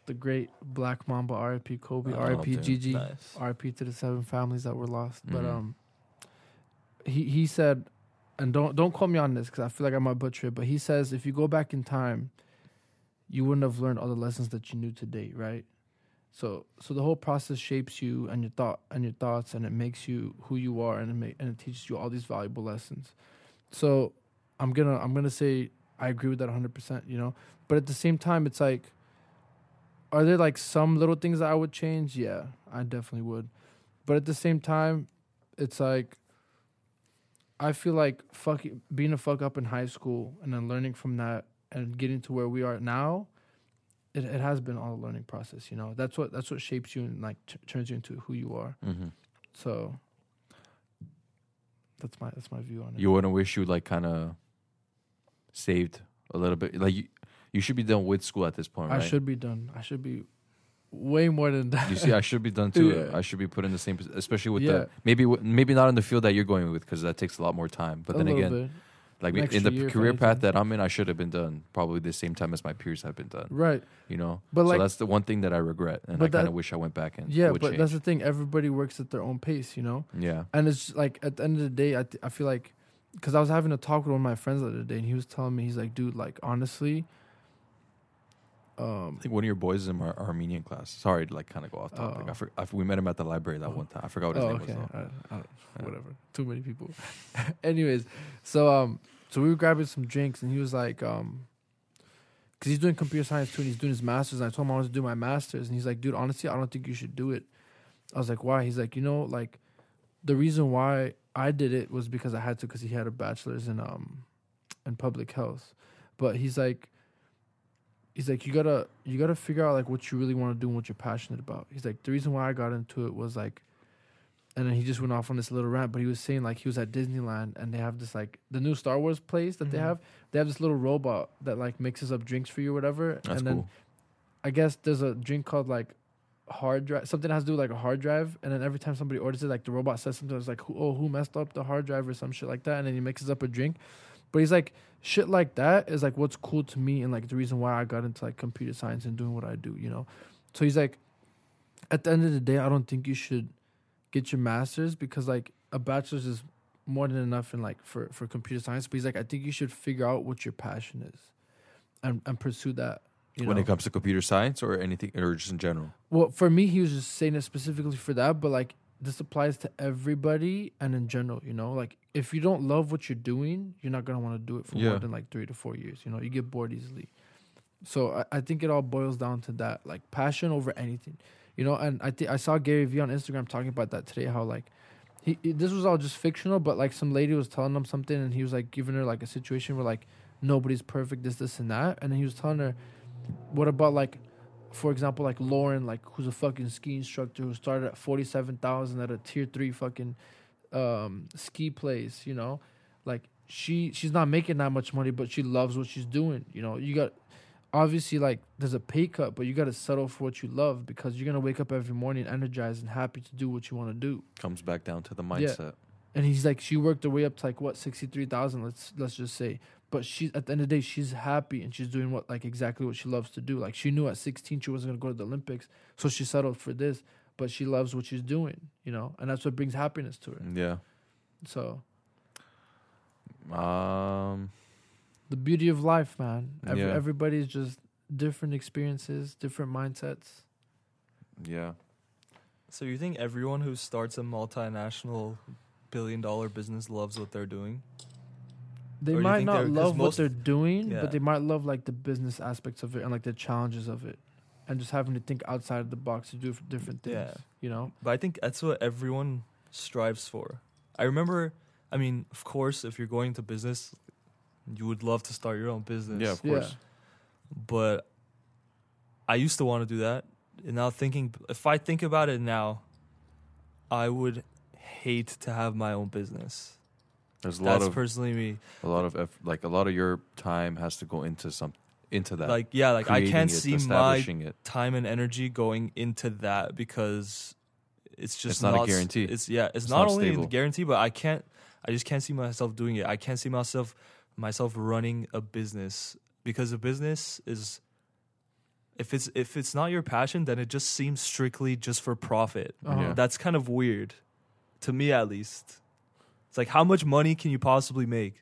Speaker 3: The great Black Mamba, R.I.P. Kobe,
Speaker 4: Oh,
Speaker 3: R.I.P.
Speaker 4: dude.
Speaker 3: Gigi,
Speaker 2: Nice.
Speaker 3: R.I.P. to the seven families that were lost. But
Speaker 4: Mhm.
Speaker 3: um, he he said, and don't don't call me on this because I feel like I might butcher it. But he says if you go back in time, you wouldn't have learned all the lessons that you knew today, right? So so the whole process shapes you and your thought and your thoughts, and it makes you who you are, and it ma- and it teaches you all these valuable lessons. So I'm gonna I'm gonna say I agree with that 100. percent You know, but at the same time, it's like. Are there like some little things that I would change? Yeah, I definitely would. But at the same time, it's like I feel like fuck being a fuck up in high school and then learning from that and getting to where we are now, it, it has been all a learning process, you know. That's what that's what shapes you and like t- turns you into who you are.
Speaker 4: Mhm.
Speaker 3: So that's my that's my view on it.
Speaker 4: You wouldn't wish you like kind of saved a little bit. Like you, you should be done with school at this point,
Speaker 3: I
Speaker 4: right?
Speaker 3: should be done. I should be way more than that.
Speaker 4: You see, I should be done too.
Speaker 3: Yeah.
Speaker 4: I should be put in the same, posi- especially with
Speaker 3: Yeah.
Speaker 4: the maybe w- maybe not in the field that you're going with because that takes a lot more time.
Speaker 3: (laughs)
Speaker 4: But
Speaker 3: A
Speaker 4: then
Speaker 3: little
Speaker 4: again,
Speaker 3: bit.
Speaker 4: like
Speaker 3: An
Speaker 4: in
Speaker 3: extra
Speaker 4: the
Speaker 3: year, if
Speaker 4: career path
Speaker 3: anything.
Speaker 4: that I'm in, I should have been done probably the same time as my peers have been done.
Speaker 3: right?
Speaker 4: You know,
Speaker 3: But,
Speaker 4: so
Speaker 3: like-
Speaker 4: that's the one thing that I regret, and
Speaker 3: But
Speaker 4: I kind
Speaker 3: that-
Speaker 4: of wish I went back and
Speaker 3: Yeah,
Speaker 4: would
Speaker 3: but
Speaker 4: change.
Speaker 3: that's the thing. Everybody works at their own pace, you know.
Speaker 4: yeah,
Speaker 3: And it's like at the end of the day, I th- I feel like because I was having a talk with one of my friends the other day, and he was telling me he's like, dude, like honestly, um,
Speaker 4: I think one of your boys is in our Armenian class. Sorry to like kind of go off topic.
Speaker 3: Oh.
Speaker 4: I, for, I f- we met him at the library that one time. I forgot what his
Speaker 3: oh,
Speaker 4: name
Speaker 3: okay,
Speaker 4: was. Though.
Speaker 3: I don't- I don't-
Speaker 4: Yeah.
Speaker 3: whatever. Too many people. (laughs) Anyways, so um, so we were grabbing some drinks, and he was like, um, because he's doing computer science too, and he's doing his masters. And I told him I wanted to do my masters, and he's like, dude, honestly, I don't think you should do it. I was like, why? He's like, you know, like the reason why I did it was because I had to, because he had a bachelor's in um, in public health, but he's like. He's like, you gotta, you gotta figure out like what you really want to do and what you're passionate about. He's like, the reason why I got into it was like, and then he just went off on this little rant, but he was saying like he was at Disneyland and they have this like the new Star Wars place that they
Speaker 2: Mhm.
Speaker 4: Mm-hmm.
Speaker 3: have. They have this little robot that like mixes up drinks for you or whatever.
Speaker 4: That's
Speaker 3: and
Speaker 4: cool.
Speaker 3: then I guess there's a drink called like hard drive something that has to do with like a hard drive and then every time somebody orders it like the robot says something it's like who- oh who messed up the hard drive or some shit like that and then he mixes up a drink but he's like shit like that is like what's cool to me and like the reason why I got into like computer science and doing what I do you know so he's like at the end of the day I don't think you should get your masters because like a bachelor's is more than enough in like for for computer science but he's like I think you should figure out what your passion is and and pursue that you
Speaker 4: when
Speaker 3: know?
Speaker 4: it comes to computer science or anything, or just in general.
Speaker 3: Well, for me, he was just saying it specifically for that, but like this applies to everybody and in general, you know? Like if you don't love what you're doing, you're not gonna wanna do it for
Speaker 4: Yeah.
Speaker 3: more than like three to four years, you know? You get bored easily. So I, I think it all boils down to that, like passion over anything. You know, and I think I saw Gary Vee on Instagram talking about that today, how like he, he- this was all just fictional, but like some lady was telling him something and he was like giving her like a situation where like nobody's perfect, this, this and that. And then he was telling her, What about like for example, like Lauren, like who's a fucking ski instructor who started at forty seven thousand at a tier three fucking um, ski place, you know, like she she's not making that much money, but she loves what she's doing. You know, you got obviously like there's a pay cut, but you got to settle for what you love because you're gonna wake up every morning energized and happy to do what you want to do.
Speaker 4: Comes back down to the mindset.
Speaker 3: And he's like, she worked her way up to like what sixty three thousand. Let's let's just say, but she at the end of the day, she's happy and she's doing what like exactly what she loves to do. Like she knew at sixteen she wasn't gonna go to the Olympics, so she settled for this. But she loves what she's doing, you know, and that's what brings happiness to her.
Speaker 2: Mm.
Speaker 4: Yeah.
Speaker 3: So
Speaker 4: Um.
Speaker 3: the beauty of life, man. Every,
Speaker 4: Yeah.
Speaker 3: Everybody's just different experiences, different mindsets.
Speaker 4: Yeah.
Speaker 2: So you think everyone who starts a multinational billion dollar business loves what they're doing?
Speaker 3: They
Speaker 2: Or you
Speaker 3: might
Speaker 2: think
Speaker 3: not
Speaker 2: they're- 'cause
Speaker 3: love what
Speaker 2: most-
Speaker 3: they're doing,
Speaker 2: Yeah.
Speaker 3: but they might love like the business aspects of it and like the challenges of it, and just having to think outside of the box to do f- different things.
Speaker 2: Yeah.
Speaker 3: You know.
Speaker 2: But I think that's what everyone strives for. I remember, I mean, of course, if you're going into business, you would love to start your own business.
Speaker 4: Yeah. Of course.
Speaker 2: But I used to want to do that. And now thinking, if I think about it now, I would hate to have my own business.
Speaker 4: There's a lot
Speaker 2: That's
Speaker 4: of
Speaker 2: personally me.
Speaker 4: a lot of eff- like a lot of your time has to go into some into that.
Speaker 2: Like, yeah, like I
Speaker 4: creating
Speaker 2: can't
Speaker 4: it,
Speaker 2: see my
Speaker 4: establishing it.
Speaker 2: time and energy going into that because it's just
Speaker 4: It's not a guarantee.
Speaker 2: It's yeah, it's,
Speaker 4: It's
Speaker 2: not,
Speaker 4: not
Speaker 2: only
Speaker 4: stable.
Speaker 2: a guarantee, but I can't. I just can't see myself doing it. I can't see myself myself running a business because a business is if it's if it's not your passion, then it just seems strictly just for profit.
Speaker 3: Uh-huh.
Speaker 4: Yeah.
Speaker 2: That's kind of weird, to me at least. It's like how much money can you possibly make?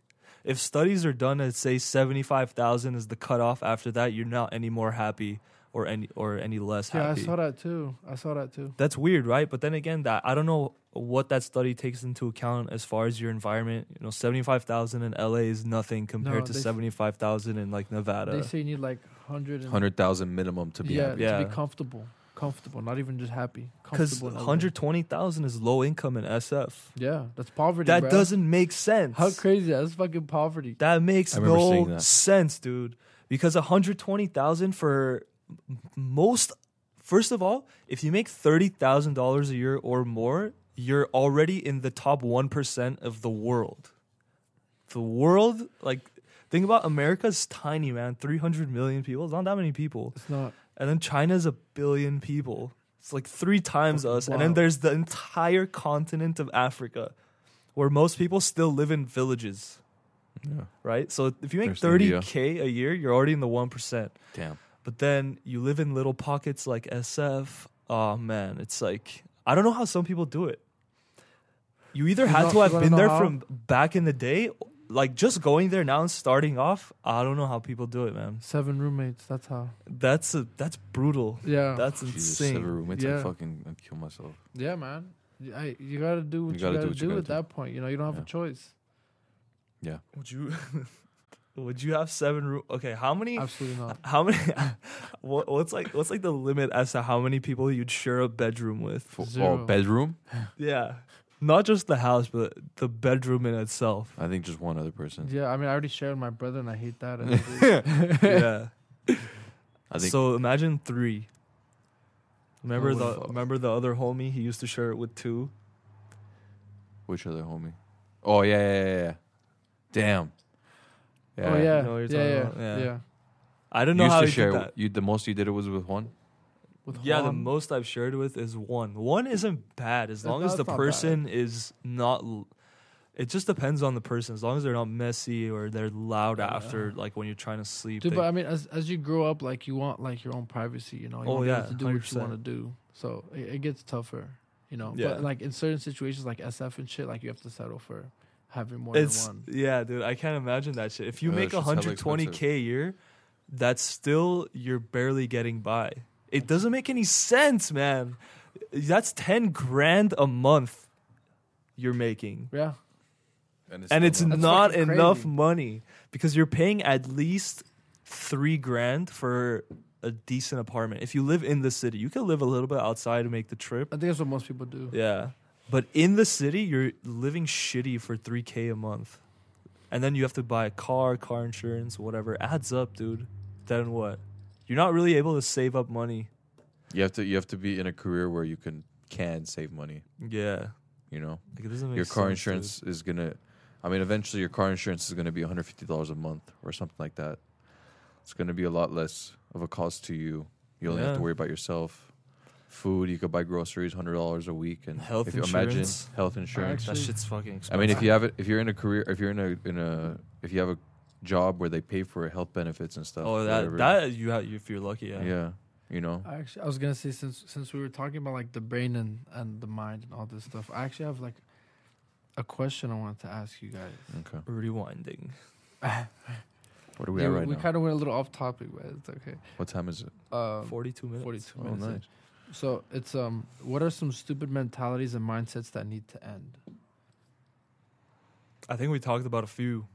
Speaker 2: If studies are done at say seventy five thousand is the cutoff, after that you're not any more happy or any or any less
Speaker 3: Yeah, I
Speaker 2: happy.
Speaker 3: saw that too. I saw that too.
Speaker 2: That's weird, right? But then again, that I don't know what that study takes into account as far as your environment. You know, seventy five thousand in LA is nothing compared
Speaker 3: No,
Speaker 2: to
Speaker 3: they-
Speaker 2: seventy five thousand in like
Speaker 3: They
Speaker 2: Nevada.
Speaker 3: say you need like hundred and
Speaker 4: Hundred thousand minimum to be
Speaker 3: yeah,
Speaker 4: happy.
Speaker 2: Yeah.
Speaker 3: to be comfortable, comfortable, not even just happy,
Speaker 2: Because
Speaker 3: comfortable. in LA.
Speaker 2: hundred twenty thousand is low income in SF.
Speaker 3: Yeah, that's poverty.
Speaker 2: That
Speaker 3: bruh.
Speaker 2: doesn't make sense.
Speaker 3: How crazy? That's fucking poverty.
Speaker 2: That makes
Speaker 4: I remember
Speaker 2: no
Speaker 4: seeing that.
Speaker 2: sense, dude. Because 120,000 for m- most first of all, if you make $30,000 a year or more, you're already in the top 1% of the world. the world, like think about America's tiny, man. Three hundred million people. It's not that many people.
Speaker 3: It's not.
Speaker 2: And then China's a billion people. It's like three times us. And
Speaker 3: Wow.
Speaker 2: then there's the entire continent of Africa, where most people still live in villages,
Speaker 4: Yeah.
Speaker 2: right? So if you make
Speaker 4: There's India.
Speaker 2: thirty k a year, you're already in the one percent.
Speaker 4: Damn.
Speaker 2: But then you live in little pockets like SF. Oh man, it's like I don't know how some people do it. You either
Speaker 3: You
Speaker 2: had
Speaker 3: don't-
Speaker 2: to have
Speaker 3: you wanna
Speaker 2: been
Speaker 3: know
Speaker 2: there
Speaker 3: how?
Speaker 2: from back in the day, like just going there now and starting off. I don't know how people do it, man.
Speaker 3: Seven roommates. That's how.
Speaker 2: That's a, that's brutal.
Speaker 3: Yeah.
Speaker 2: That's
Speaker 4: Jesus,
Speaker 2: insane.
Speaker 4: seven roommates.
Speaker 3: Yeah.
Speaker 4: I fucking I'd kill myself.
Speaker 3: yeah, man. You- I, you gotta do what you, gotta, do,
Speaker 4: gotta
Speaker 3: at
Speaker 4: do.
Speaker 3: that point. You know, you don't have
Speaker 4: Yeah.
Speaker 3: a choice.
Speaker 2: Would you (laughs) would you have seven room? Okay, how many?
Speaker 3: Absolutely not.
Speaker 2: How many? (laughs) what, what's like what's like the limit as to how many people you'd share a bedroom
Speaker 4: (laughs)
Speaker 2: with?
Speaker 4: For,
Speaker 3: Zero.
Speaker 4: Oh, bedroom.
Speaker 2: Yeah, not just the house, but the bedroom in
Speaker 4: (laughs)
Speaker 2: itself.
Speaker 4: I think just one other person.
Speaker 3: Yeah, I mean, I already shared with my brother, and I hate that. And
Speaker 2: yeah.
Speaker 4: I think
Speaker 2: so imagine three. Remember
Speaker 3: Oh,
Speaker 2: the
Speaker 3: fuck.
Speaker 2: remember the other homie? He used to share it with two.
Speaker 4: which other homie? Oh yeah, yeah, yeah. yeah.
Speaker 3: oh
Speaker 4: Damn.
Speaker 2: you know
Speaker 3: yeah,
Speaker 2: what you're
Speaker 3: yeah,
Speaker 2: talking
Speaker 3: yeah,
Speaker 2: about.
Speaker 3: yeah,
Speaker 2: Yeah. I don't
Speaker 4: You
Speaker 2: know
Speaker 4: used
Speaker 2: how
Speaker 4: to
Speaker 2: he
Speaker 4: share.
Speaker 2: did that.
Speaker 4: You the most you did it was with one.
Speaker 3: With
Speaker 2: Yeah, the
Speaker 3: Juan,
Speaker 2: most I've shared with is one. One isn't bad as
Speaker 3: That's
Speaker 2: long
Speaker 3: not-
Speaker 2: as the
Speaker 3: that's not
Speaker 2: person is not. l- It just depends on the person. As long as they're not messy or they're loud
Speaker 3: Yeah.
Speaker 2: after, like when you're trying to sleep.
Speaker 3: Dude,
Speaker 2: they-
Speaker 3: but I mean, as as you grow up, like you want like your own privacy, you know. You
Speaker 2: Oh,
Speaker 3: want to be
Speaker 2: yeah,
Speaker 3: able to do what you
Speaker 2: 100%.
Speaker 3: want to do. So it, it gets tougher, you know.
Speaker 2: Yeah.
Speaker 3: But like in certain situations, like SF and shit, like you have to settle for having more
Speaker 2: it's
Speaker 3: than one.
Speaker 2: yeah, dude. I can't imagine that shit. If you
Speaker 4: Yeah,
Speaker 2: make
Speaker 4: that shit's hella
Speaker 2: 120k a year, that's still you're barely getting by. It doesn't make any sense, man. That's 10 grand a month you're making,
Speaker 3: Yeah,
Speaker 2: and it's
Speaker 3: That's
Speaker 2: not
Speaker 3: fucking
Speaker 2: enough
Speaker 3: crazy.
Speaker 2: money because you're paying at least three grand for a decent apartment. If you live in the city, you can live a little bit outside to make the trip.
Speaker 3: I think that's what most people do.
Speaker 2: Yeah. But in the city, you're living shitty for 3K a month. And then you have to buy a car, car insurance, whatever. Adds up, dude. Then what? You're not really able to save up money.
Speaker 4: you have to you have to be in a career where you can can save money.
Speaker 2: Yeah.
Speaker 4: You know,
Speaker 2: Like, it doesn't make
Speaker 4: your car
Speaker 2: sense, dude.
Speaker 4: insurance is gonna. I mean, eventually your car insurance is gonna be one hundred fifty dollars a month or something like that. It's gonna be a lot less of a cost to you. You only have to
Speaker 2: Yeah.
Speaker 4: worry about yourself. Food, you could buy groceries, hundred dollars a week, and
Speaker 2: Health
Speaker 4: if you imagine
Speaker 2: insurance.
Speaker 4: health insurance.
Speaker 2: That
Speaker 3: Actually-
Speaker 2: shit's fucking expensive.
Speaker 4: I mean, if you have it, if you're in a career, if you're in a in a if you have a job where they pay for health benefits and stuff.
Speaker 2: Oh, that,
Speaker 4: whatever.
Speaker 2: that you have, if you're lucky, yeah.
Speaker 4: yeah. you know.
Speaker 3: I actually, I was gonna say since since we were talking about like the brain and and the mind and all this stuff, I actually have like a question I wanted to ask you guys.
Speaker 4: Okay,
Speaker 2: Rewinding.
Speaker 4: what are we
Speaker 3: Yeah,
Speaker 4: at right
Speaker 3: we
Speaker 4: now?
Speaker 3: kind of went a little off topic, but it's okay.
Speaker 4: what time is it?
Speaker 3: Um,
Speaker 2: 42 minutes.
Speaker 3: 42
Speaker 4: Oh,
Speaker 3: minutes. in.
Speaker 4: nice.
Speaker 3: So it's um, what are some stupid mentalities and mindsets that need to end?
Speaker 2: I think we talked about a few.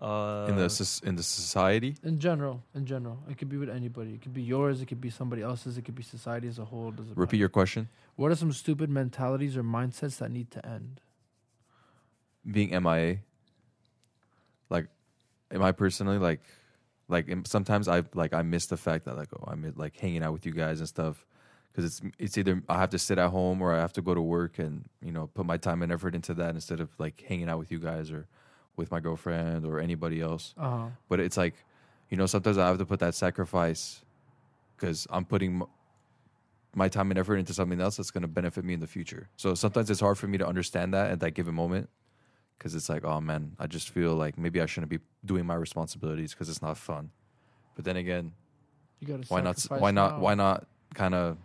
Speaker 2: Uh,
Speaker 4: in the soc- in the society.
Speaker 3: In general, in general, it could be with anybody. It could be yours. It could be somebody else's. It could be society as a whole. Does it
Speaker 4: Repeat your question.
Speaker 3: What are some stupid mentalities or mindsets that need to end?
Speaker 4: Being MIA. Like, am I personally like, like am- sometimes I like I miss the fact that like oh, I'm like hanging out with you guys and stuff, because it's it's either I have to sit at home or I have to go to work and you know put my time and effort into that instead of like hanging out with you guys or with my girlfriend or anybody else.
Speaker 3: Uh huh.
Speaker 4: But it's like, you know, sometimes I have to put that sacrifice because I'm putting m- my time and effort into something else that's going to benefit me in the future. So sometimes it's hard for me to understand that at that given moment because it's like, oh man, I just feel like maybe I shouldn't be doing my responsibilities because it's not fun. But then again,
Speaker 3: You gotta.
Speaker 4: why not?
Speaker 3: sacrifice
Speaker 4: Why not?
Speaker 3: now.
Speaker 4: Why not? Kind of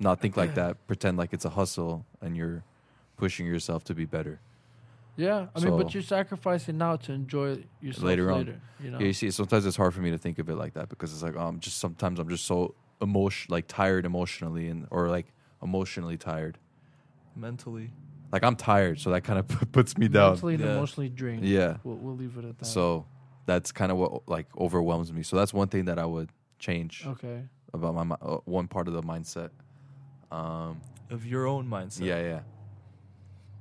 Speaker 4: not
Speaker 3: (clears throat)
Speaker 4: think like that. Pretend like it's a hustle and you're pushing yourself to be better.
Speaker 3: Yeah, I mean,
Speaker 4: So-
Speaker 3: but you're sacrificing now to enjoy yourself
Speaker 4: Later
Speaker 3: later.
Speaker 4: on.
Speaker 3: you know.
Speaker 4: Yeah, you see, sometimes it's hard for me to think of it like that because it's like um, just sometimes I'm just so emotion, like tired emotionally, and or like emotionally tired.
Speaker 2: mentally.
Speaker 4: Like I'm tired, so that (laughs) kind of puts me down.
Speaker 3: Mentally and
Speaker 2: Yeah.
Speaker 3: emotionally drained.
Speaker 4: Yeah.
Speaker 3: We'll, we'll leave it at that.
Speaker 4: So that's kind of what like overwhelms me. So that's one thing that I would change
Speaker 3: Okay.
Speaker 4: about my mi- uh, one part of the mindset. Um,
Speaker 2: Of your own mindset.
Speaker 4: yeah, yeah.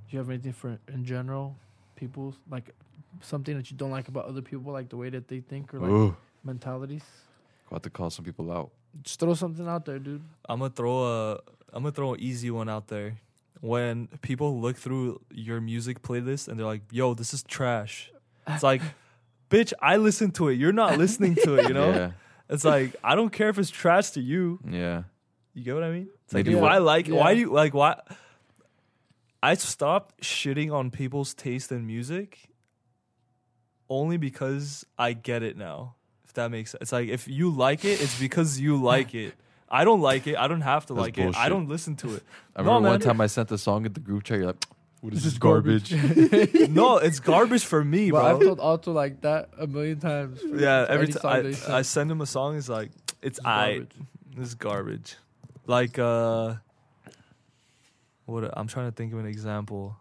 Speaker 3: Do you have anything for in general, people's like something that you don't like about other people, like the way that they think or like
Speaker 4: Ooh.
Speaker 3: mentalities?
Speaker 4: About to call some people out.
Speaker 3: Just throw something out there, dude.
Speaker 2: I'm gonna throw a I'm gonna throw an easy one out there. When people look through your music playlist and they're like, "Yo, this is trash," It's
Speaker 4: (laughs)
Speaker 2: like, bitch, I listen to it. You're not listening to it. You know.
Speaker 4: yeah,
Speaker 2: It's like I don't care if it's trash to you.
Speaker 4: yeah.
Speaker 2: You get what I mean? It's
Speaker 4: They
Speaker 2: like
Speaker 4: do
Speaker 2: if I
Speaker 4: it.
Speaker 2: like, why
Speaker 3: Yeah.
Speaker 2: do you like why? I stopped shitting on people's taste in music only because I get it now. If that makes sense, it's like if you like it, it's because
Speaker 3: (laughs)
Speaker 2: you like it. I don't like it. I don't have to
Speaker 4: That's
Speaker 2: like it. I
Speaker 4: bullshit.
Speaker 2: don't listen to it.
Speaker 4: I
Speaker 2: No,
Speaker 4: remember
Speaker 2: man.
Speaker 4: one time I sent the song at the group chat. You're like, what
Speaker 3: This
Speaker 4: is this,
Speaker 3: is (laughs)
Speaker 4: garbage? (laughs)
Speaker 2: no, it's garbage for (laughs) me,
Speaker 3: But I've
Speaker 2: bro.
Speaker 3: told Otto like that a million times. for-
Speaker 2: Yeah,
Speaker 3: for
Speaker 2: every
Speaker 3: any song that he
Speaker 2: time
Speaker 3: sends.
Speaker 2: I, I send him a song, it's like it's
Speaker 3: It's
Speaker 2: I.
Speaker 3: garbage.
Speaker 2: This is garbage. Like uh what a- I'm trying to think of an example.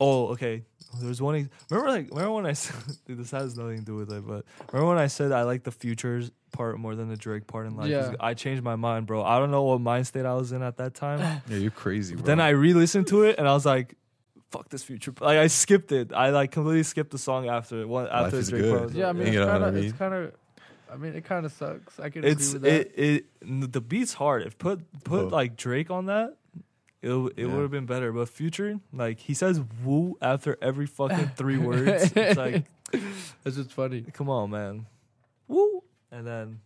Speaker 2: Oh, okay. There's one ex- remember like remember when I (laughs) said dude, this has nothing to do with it, but remember when I said I like the futures part more than the Drake part in life? 'Cause
Speaker 3: Yeah.
Speaker 2: I changed my mind, bro. I don't know what mind state I was in at that
Speaker 3: (sighs)
Speaker 2: time.
Speaker 4: yeah, you're crazy, bro.
Speaker 2: then I re-listened to it and I was like Fuck this future. Like I skipped it. I like completely skipped the song after one after
Speaker 4: is
Speaker 2: Drake
Speaker 4: good.
Speaker 2: part was
Speaker 3: Yeah, I
Speaker 2: over.
Speaker 3: mean,
Speaker 4: You
Speaker 3: it's
Speaker 4: know what
Speaker 3: kind
Speaker 4: I
Speaker 3: of,
Speaker 4: mean?
Speaker 3: it's kind of, I mean, it kind of sucks. I can
Speaker 2: it's
Speaker 3: agree with that.
Speaker 2: it, it n- the beat's hard. If put put
Speaker 4: Oh.
Speaker 2: like Drake on that, it w- it
Speaker 4: Yeah.
Speaker 2: would have been better. But Future, like he says woo after every fucking
Speaker 3: (laughs)
Speaker 2: three words. It's like,
Speaker 3: it's just funny.
Speaker 2: come on, man, woo. And then,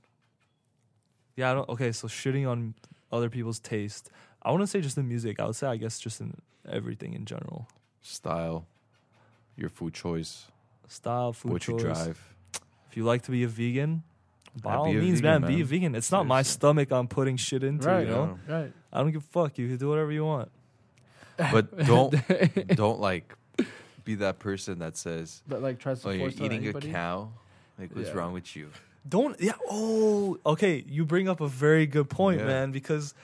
Speaker 2: yeah, I don't. Okay, so shitting on other people's taste. I wouldn't say just in music. I would say I guess just in everything in general.
Speaker 4: style, your food choice,
Speaker 2: Style, food
Speaker 4: what
Speaker 2: choice. (laughs)
Speaker 4: you drive.
Speaker 2: If you like to be a vegan, by
Speaker 4: I'd
Speaker 2: all
Speaker 4: be a
Speaker 2: means,
Speaker 4: vegan,
Speaker 2: man, be a
Speaker 4: man.
Speaker 2: vegan. It's not my
Speaker 4: Seriously.
Speaker 2: stomach I'm putting shit into.
Speaker 3: Right.
Speaker 2: You know,
Speaker 3: Right.
Speaker 2: I don't give a fuck. You can do whatever you want.
Speaker 4: But
Speaker 2: (laughs)
Speaker 4: don't don't like be that person that says,
Speaker 3: But like tries to
Speaker 4: "Oh, you're
Speaker 3: force it on
Speaker 4: eating a
Speaker 3: anybody.
Speaker 4: cow. Like, what's
Speaker 3: Yeah.
Speaker 4: wrong with you?"
Speaker 2: Don't yeah. Oh, okay. You bring up a very good point,
Speaker 4: Yeah.
Speaker 2: man. Because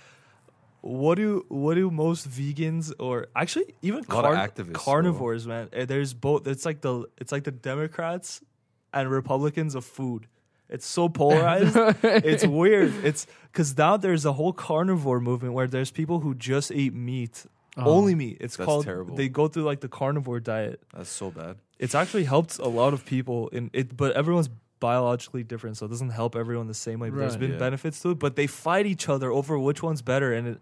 Speaker 2: what do what do most vegans or actually even
Speaker 4: A lot of
Speaker 2: carn-
Speaker 4: activists,
Speaker 2: carnivores, man? eh, There's both. It's like the it's like the Democrats and Republicans of food. It's so
Speaker 4: (laughs)
Speaker 2: polarized. it's weird. It's because now there's a whole carnivore movement where there's people who just eat meat,
Speaker 3: Oh,
Speaker 2: only meat. It's
Speaker 4: That's
Speaker 2: called.
Speaker 4: terrible.
Speaker 2: They go through like the carnivore diet.
Speaker 4: That's so bad.
Speaker 2: it's actually helped a lot of people in it but everyone's biologically different so it doesn't help everyone the same way but there's
Speaker 3: Right.
Speaker 2: been
Speaker 4: Yeah.
Speaker 2: benefits to it but they fight each other over which one's better and it,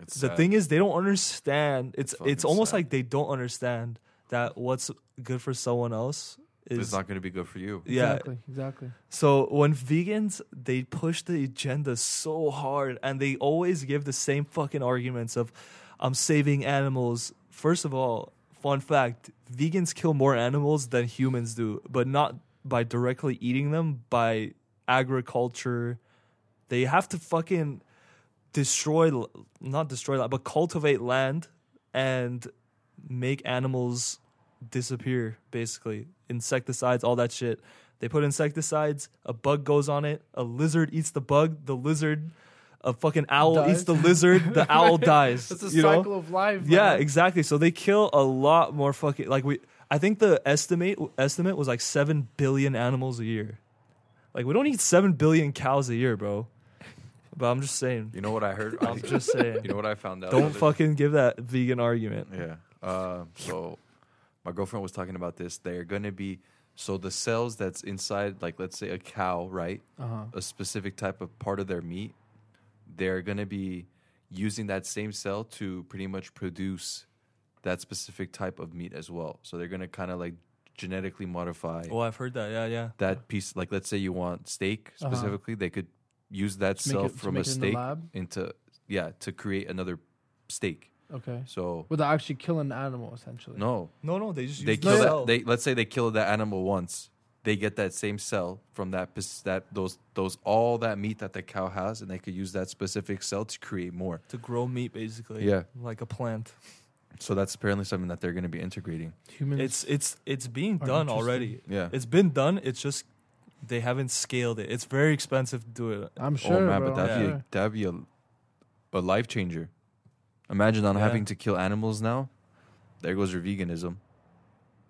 Speaker 4: It's
Speaker 2: the
Speaker 4: sad.
Speaker 2: thing is they don't understand it's
Speaker 4: Fucking
Speaker 2: it's almost
Speaker 4: sad.
Speaker 2: like they don't understand that what's good for someone else
Speaker 4: It's
Speaker 2: is
Speaker 4: not going to be good for you.
Speaker 2: yeah
Speaker 3: Exactly. Exactly.
Speaker 2: so when vegans they push the agenda so hard and they always give the same fucking arguments of I'm saving animals. First of all, fun fact, vegans kill more animals than humans do, but not by directly eating them, by agriculture. They have to fucking destroy l- not destroy la- but cultivate land and make animals disappear basically insecticides all that shit they put insecticides a bug goes on it a lizard eats the bug the lizard a fucking owl eats
Speaker 3: Dies.
Speaker 2: the lizard the
Speaker 3: (laughs)
Speaker 2: owl dies
Speaker 3: It's a
Speaker 2: you know?
Speaker 3: cycle of life.
Speaker 2: yeah
Speaker 3: man.
Speaker 2: exactly so they kill a lot more fucking like we i think the estimate estimate was like 7 billion animals a year like we don't eat 7 billion cows a year bro but i'm just
Speaker 4: (laughs)
Speaker 2: saying
Speaker 4: You know what I heard? I-
Speaker 2: (laughs) i'm just saying
Speaker 4: (laughs) You know what I found out? the
Speaker 2: don't
Speaker 4: other-
Speaker 2: fucking give that vegan argument
Speaker 4: Yeah. Uh, so my girlfriend was talking about this. They're going to be so the cells that's inside, like let's say a cow, right?
Speaker 3: Uh-huh.
Speaker 4: A specific type of part of their meat. They're going to be using that same cell to pretty much produce that specific type of meat as well. So they're going to kind of like genetically modify
Speaker 2: oh i've heard that yeah yeah
Speaker 4: that piece. Like let's say you want steak
Speaker 3: Uh-huh.
Speaker 4: specifically, they could use that
Speaker 3: Make
Speaker 4: cell
Speaker 3: it-
Speaker 4: from
Speaker 3: make
Speaker 4: a
Speaker 3: it in the
Speaker 4: steak
Speaker 3: lab?
Speaker 4: into yeah to create another steak.
Speaker 3: Okay.
Speaker 4: So
Speaker 3: Without actually killing an animal, essentially.
Speaker 4: no,
Speaker 2: no no they just use
Speaker 4: they kill
Speaker 2: the
Speaker 4: that.
Speaker 2: cell.
Speaker 4: They let's say they kill that animal once. They get that same cell from that pis- that those those all that meat that the cow has, and they could use that specific cell to create more.
Speaker 2: to grow meat basically
Speaker 4: Yeah.
Speaker 2: like a plant
Speaker 4: So that's apparently something that they're going to be integrating. Oh,
Speaker 3: Humans.
Speaker 2: it's it's it's being
Speaker 3: Hmm. Are
Speaker 2: done
Speaker 3: interesting.
Speaker 2: already
Speaker 4: Yeah,
Speaker 2: it's been done it's just they haven't scaled it it's very expensive to do it
Speaker 3: I'm sure.
Speaker 4: oh man,
Speaker 3: bro,
Speaker 4: but that'd
Speaker 3: I'm
Speaker 4: be a,
Speaker 3: sure.
Speaker 4: that'd be a, a life changer. Imagine not
Speaker 2: Yeah.
Speaker 4: having to kill animals now. There goes your veganism.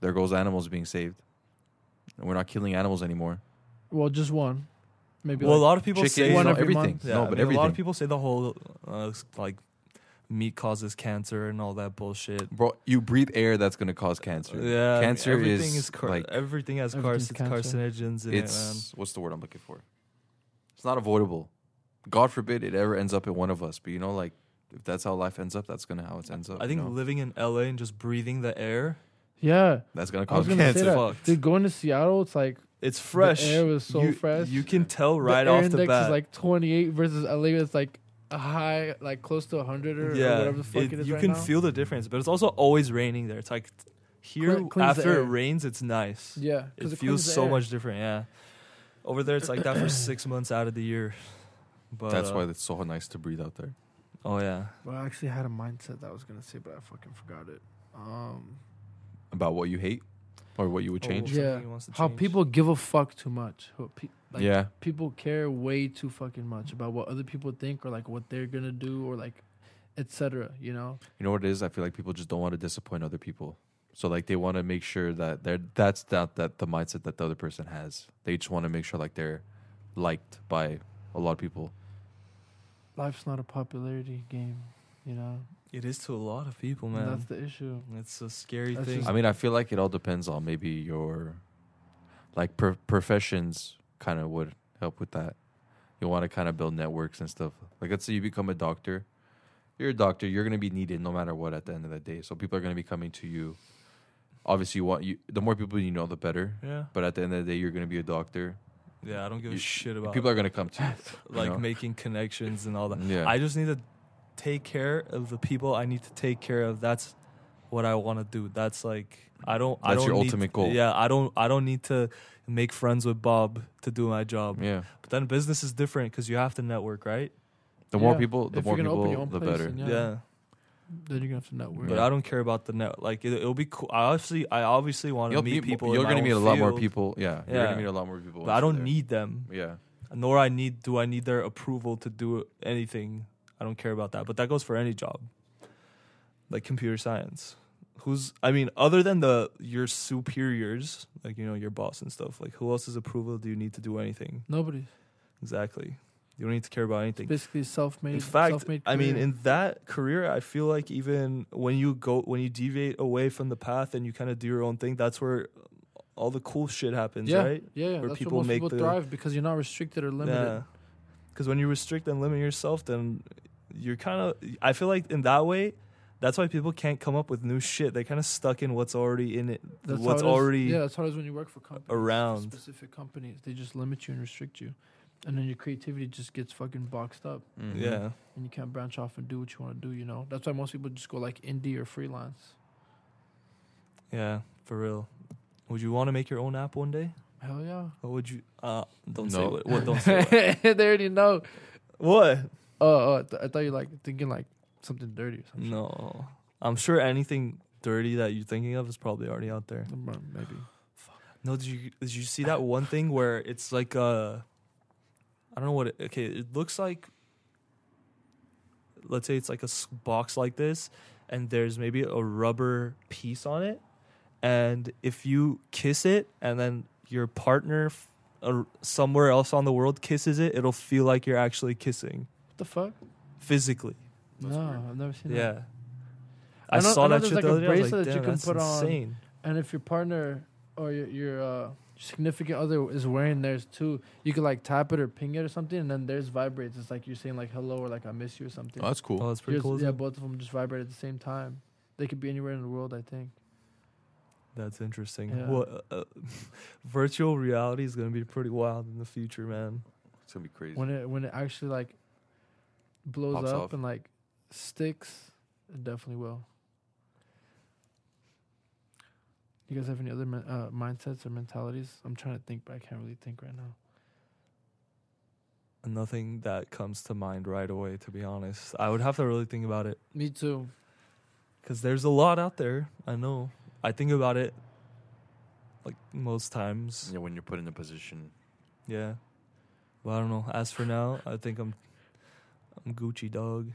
Speaker 4: There goes animals being saved. And we're not killing animals anymore.
Speaker 3: Well, just one. Maybe.
Speaker 2: well a
Speaker 3: like,
Speaker 2: lot of people
Speaker 4: Chicken,
Speaker 2: say
Speaker 4: you
Speaker 3: One
Speaker 4: know,
Speaker 3: every
Speaker 4: everything.
Speaker 3: month.
Speaker 2: Yeah,
Speaker 4: no,
Speaker 2: I
Speaker 4: but
Speaker 2: mean,
Speaker 4: everything.
Speaker 2: A lot of people say the whole uh, s- like meat causes cancer and all that bullshit.
Speaker 4: Bro, you breathe air that's going to cause cancer.
Speaker 2: Yeah, I mean,
Speaker 4: cancer
Speaker 2: everything
Speaker 4: is,
Speaker 2: car-
Speaker 4: like
Speaker 2: everything has car-
Speaker 3: Everything's cancer.
Speaker 2: carcinogens in it, man.
Speaker 4: it's what's the word I'm looking for? It's not avoidable. God forbid it ever ends up in one of us. But you know, like if that's how life ends up, that's gonna how it ends up.
Speaker 2: I
Speaker 4: you
Speaker 2: think
Speaker 4: know?
Speaker 2: living in LA and just breathing the air
Speaker 3: Yeah,
Speaker 4: That's gonna
Speaker 3: I was
Speaker 4: cause
Speaker 3: gonna say
Speaker 4: cancer.
Speaker 2: that.
Speaker 3: that.
Speaker 2: Fucked.
Speaker 3: Dude, going to Seattle, it's like
Speaker 2: It's fresh.
Speaker 3: air was so
Speaker 2: you,
Speaker 3: fresh.
Speaker 2: You can
Speaker 3: (laughs)
Speaker 2: tell right
Speaker 3: the air
Speaker 2: off the
Speaker 3: index
Speaker 2: bat.
Speaker 3: is like 28 versus LA. It's like a high, like close to 100 or, or
Speaker 2: yeah,
Speaker 3: whatever the fuck
Speaker 2: it-
Speaker 3: it is
Speaker 2: you
Speaker 3: right
Speaker 2: can
Speaker 3: now.
Speaker 2: feel the difference, but it's also always raining there. It's like t- here
Speaker 3: Cle- cleans the
Speaker 2: after it
Speaker 3: air.
Speaker 2: rains, it's nice.
Speaker 3: yeah, 'cause
Speaker 2: it,
Speaker 3: cleans
Speaker 2: feels
Speaker 3: the
Speaker 2: so
Speaker 3: air.
Speaker 2: much different. Yeah, over there it's like
Speaker 3: (coughs)
Speaker 2: that for six months out of the year. But
Speaker 4: That's
Speaker 2: uh,
Speaker 4: why it's so nice to breathe out there.
Speaker 2: Oh yeah,
Speaker 3: Well, I actually had a mindset that I was gonna say, but I fucking forgot it. Um,
Speaker 4: About what you hate or what you would
Speaker 2: Oh,
Speaker 4: change.
Speaker 2: something
Speaker 3: Yeah.
Speaker 2: he wants to
Speaker 3: how
Speaker 2: change.
Speaker 3: people give a fuck too much. How pe- like,
Speaker 4: yeah,
Speaker 3: people care way too fucking much about what other people think or like what they're gonna do or like, etc. You know?
Speaker 4: you know what it is. I feel like people just don't want to disappoint other people. So like they want to make sure that they're that's not that the mindset that the other person has. They just want to make sure like they're liked by a lot of people.
Speaker 3: Life's not a popularity game. You know?
Speaker 2: It is to a lot of people,
Speaker 3: And
Speaker 2: man.
Speaker 3: That's the issue.
Speaker 2: it's a scary
Speaker 3: That's
Speaker 2: thing.
Speaker 3: just-
Speaker 4: I mean, I feel like it all depends on maybe your like pro- professions kind of would help with that. You want to kind of build networks and stuff. Like let's say you become a doctor. You're a doctor, you're going to be needed no matter what at the end of the day. So people are going to be coming to you. Obviously, you want you the more people you know the better.
Speaker 2: yeah,
Speaker 4: But at the end of the day, you're going to be a doctor.
Speaker 2: yeah. I don't give a
Speaker 4: You-
Speaker 2: shit about
Speaker 4: people are going to come to you. you
Speaker 2: like
Speaker 4: know?
Speaker 2: making connections and (laughs) all that.
Speaker 4: Yeah.
Speaker 2: I just need to take care of the people I need to take care of. That's what I want to do. That's like I don't. I
Speaker 4: That's
Speaker 2: don't
Speaker 4: your
Speaker 2: need-
Speaker 4: ultimate goal.
Speaker 2: Yeah, I don't. I don't need to make friends with Bob to do my job.
Speaker 4: yeah.
Speaker 2: But then business is different because you have to network, right?
Speaker 4: The more
Speaker 3: Yeah.
Speaker 4: people, the
Speaker 3: If
Speaker 4: more
Speaker 3: you're gonna open your
Speaker 4: people,
Speaker 3: own
Speaker 4: the
Speaker 3: place
Speaker 4: better.
Speaker 3: and Yeah. Then you're gonna have to network.
Speaker 2: But I don't care about the net. Like it, it'll be cool. I obviously, I obviously want to
Speaker 4: You'll
Speaker 2: meet
Speaker 4: meet mo-
Speaker 2: people. in
Speaker 4: You're
Speaker 2: my
Speaker 4: going to
Speaker 2: own
Speaker 4: meet a lot more
Speaker 2: field,
Speaker 4: people. Yeah. You're going
Speaker 2: Yeah.
Speaker 4: to meet a lot more
Speaker 2: But
Speaker 4: people. once
Speaker 2: I
Speaker 4: you're
Speaker 2: don't
Speaker 4: there.
Speaker 2: need them.
Speaker 4: Yeah.
Speaker 2: nor I need do I need their approval to do anything. I don't care about that. But that goes for any job. Like computer science. Who's I mean, other than the your superiors, like you know, your boss and stuff, like who else's approval do you need to do anything?
Speaker 3: Nobody.
Speaker 2: Exactly. You don't need to care about anything.
Speaker 3: Basically, self-made.
Speaker 2: In fact,
Speaker 3: self-made
Speaker 2: I mean,
Speaker 3: career.
Speaker 2: in that career, I feel like even when you go, when you deviate away from the path and you kind of do your own thing, that's where all the cool shit happens,
Speaker 3: yeah,
Speaker 2: right?
Speaker 3: yeah, yeah.
Speaker 2: Where
Speaker 3: that's
Speaker 2: people
Speaker 3: what most
Speaker 2: make
Speaker 3: people
Speaker 2: the-
Speaker 3: thrive because you're not restricted or limited.
Speaker 2: Because when you restrict and limit yourself, then you're kind of, I feel like in that way, that's why people can't come up with new shit. They're kind of stuck in what's already in it,
Speaker 3: That's
Speaker 2: what's
Speaker 3: how it is-
Speaker 2: already.
Speaker 3: yeah. That's how it is when you work for companies
Speaker 2: around.
Speaker 3: specific companies. They just limit you and restrict you, and then your creativity just gets fucking boxed up,
Speaker 4: Mhm.
Speaker 2: yeah.
Speaker 3: and you can't branch off and do what you want to do. You know, that's why most people just go like indie or freelance.
Speaker 2: Yeah, for real. Would you want to make your own app one day?
Speaker 3: Hell yeah!
Speaker 2: Or would you? Uh, don't say
Speaker 4: No.
Speaker 2: what.
Speaker 3: (laughs)
Speaker 2: what don't say what.
Speaker 3: they already know.
Speaker 2: what?
Speaker 3: Oh, oh, I, th- I thought you like thinking like something dirty or something.
Speaker 2: No. I'm sure anything dirty that you're thinking of is probably already out there.
Speaker 3: Maybe.
Speaker 2: No, did you did you see that one thing where it's like uh I don't know what it, okay, it looks like let's say it's like a s- box like this and there's maybe a rubber piece on it and if you kiss it and then your partner f- uh, somewhere else on the world kisses it, it'll feel like you're actually kissing
Speaker 3: What the fuck?
Speaker 2: physically.
Speaker 3: no, I've never seen that.
Speaker 2: Yeah.
Speaker 3: I
Speaker 2: I,
Speaker 3: know-
Speaker 2: saw
Speaker 3: I know
Speaker 2: that shit
Speaker 3: there's like
Speaker 2: the
Speaker 3: a
Speaker 2: other day. I was
Speaker 3: bracelet
Speaker 2: like,
Speaker 3: that you
Speaker 2: damn,
Speaker 3: can
Speaker 2: that's
Speaker 3: put on.
Speaker 2: insane.
Speaker 3: And if your partner or your, your uh, significant other is wearing theirs too, you could like tap it or ping it or something, and then theirs vibrates. It's like you're saying like hello or like I miss you or something.
Speaker 4: Oh, that's cool.
Speaker 2: Oh, that's pretty
Speaker 3: Yours-
Speaker 2: cool. isn't
Speaker 3: yeah,
Speaker 2: it?
Speaker 3: both of them just vibrate at the same time. They could be anywhere in the world, I think.
Speaker 2: That's interesting.
Speaker 3: Yeah.
Speaker 2: Well, uh, (laughs) uh, virtual reality is going to be pretty wild in the future, man.
Speaker 4: It's gonna be crazy.
Speaker 3: When it when it actually like blows
Speaker 4: Pops
Speaker 3: up
Speaker 4: off.
Speaker 3: and like sticks, it definitely will. You guys have any other men- uh, mindsets or mentalities? I'm trying to think, but I can't really think right now.
Speaker 2: Nothing that comes to mind right away, to be honest. I would have to really think about it
Speaker 3: Me too.
Speaker 2: because there's a lot out there. I know. I think about it like most times.
Speaker 4: yeah, when you're put in a position.
Speaker 2: Yeah. But I don't know. As for now, I think I'm I'm Gucci dog.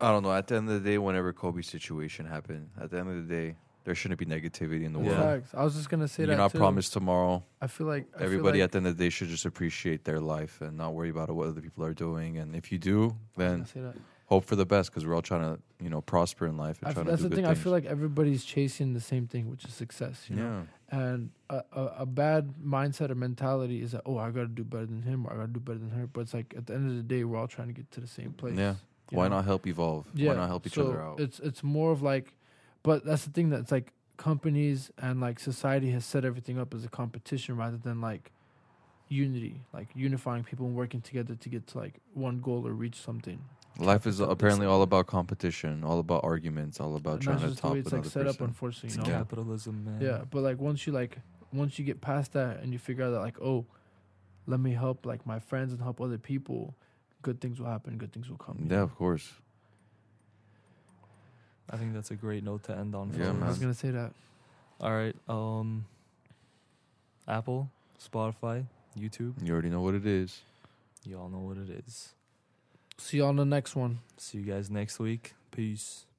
Speaker 4: I don't know. At the end of the day, whenever Kobe's situation happened, at the end of the day, there shouldn't be negativity in the
Speaker 2: Yeah.
Speaker 4: world.
Speaker 3: Facts. I was just gonna say
Speaker 4: You're
Speaker 3: that.
Speaker 4: not
Speaker 3: too.
Speaker 4: promised tomorrow.
Speaker 3: I feel like I feel
Speaker 4: Everybody
Speaker 3: like-
Speaker 4: at the end of the day should just appreciate their life and not worry about what other people are doing. And if you do,
Speaker 3: I
Speaker 4: then
Speaker 3: was gonna say that.
Speaker 4: hope for the best because we're all trying to, you know, prosper in life and
Speaker 3: I feel,
Speaker 4: trying to
Speaker 3: that's the
Speaker 4: do good
Speaker 3: thing. I
Speaker 4: things.
Speaker 3: feel like everybody's chasing the same thing, which is success. You
Speaker 4: yeah.
Speaker 3: know, and a, a, a bad mindset or mentality is that oh, I gotta do better than him or I gotta do better than her. But it's like at the end of the day, we're all trying to get to the same place.
Speaker 4: Yeah.
Speaker 3: you
Speaker 4: Why
Speaker 3: know?
Speaker 4: not help evolve? Why not help each
Speaker 3: so
Speaker 4: other out?
Speaker 3: It's it's more of like But that's the thing that's like companies and like society has set everything up as a competition rather than like unity, like unifying people and working together to get to like one goal or reach something.
Speaker 4: Life is
Speaker 2: Capitalism.
Speaker 4: apparently all about competition, all about arguments, all about
Speaker 3: And
Speaker 4: trying
Speaker 3: that's
Speaker 4: to
Speaker 3: just the
Speaker 4: top
Speaker 3: way it's
Speaker 4: another
Speaker 3: like set up,
Speaker 4: person.
Speaker 3: unfortunately.
Speaker 2: It's
Speaker 3: You know?
Speaker 4: Yeah.
Speaker 2: capitalism, man.
Speaker 3: Yeah, but like once you like once you get past that and you figure out that like oh, let me help like my friends and help other people, good things will happen. Good things will come. you
Speaker 4: Yeah,
Speaker 3: know?
Speaker 4: of course.
Speaker 2: I think that's a great note to end on.
Speaker 4: Yeah,
Speaker 2: fellas.
Speaker 3: I was
Speaker 4: man.
Speaker 3: gonna say that.
Speaker 2: All right. Um, Apple, Spotify, YouTube.
Speaker 4: You already know what it is.
Speaker 2: Y'all know what it is.
Speaker 3: See you on the next one.
Speaker 2: See you guys next week. Peace.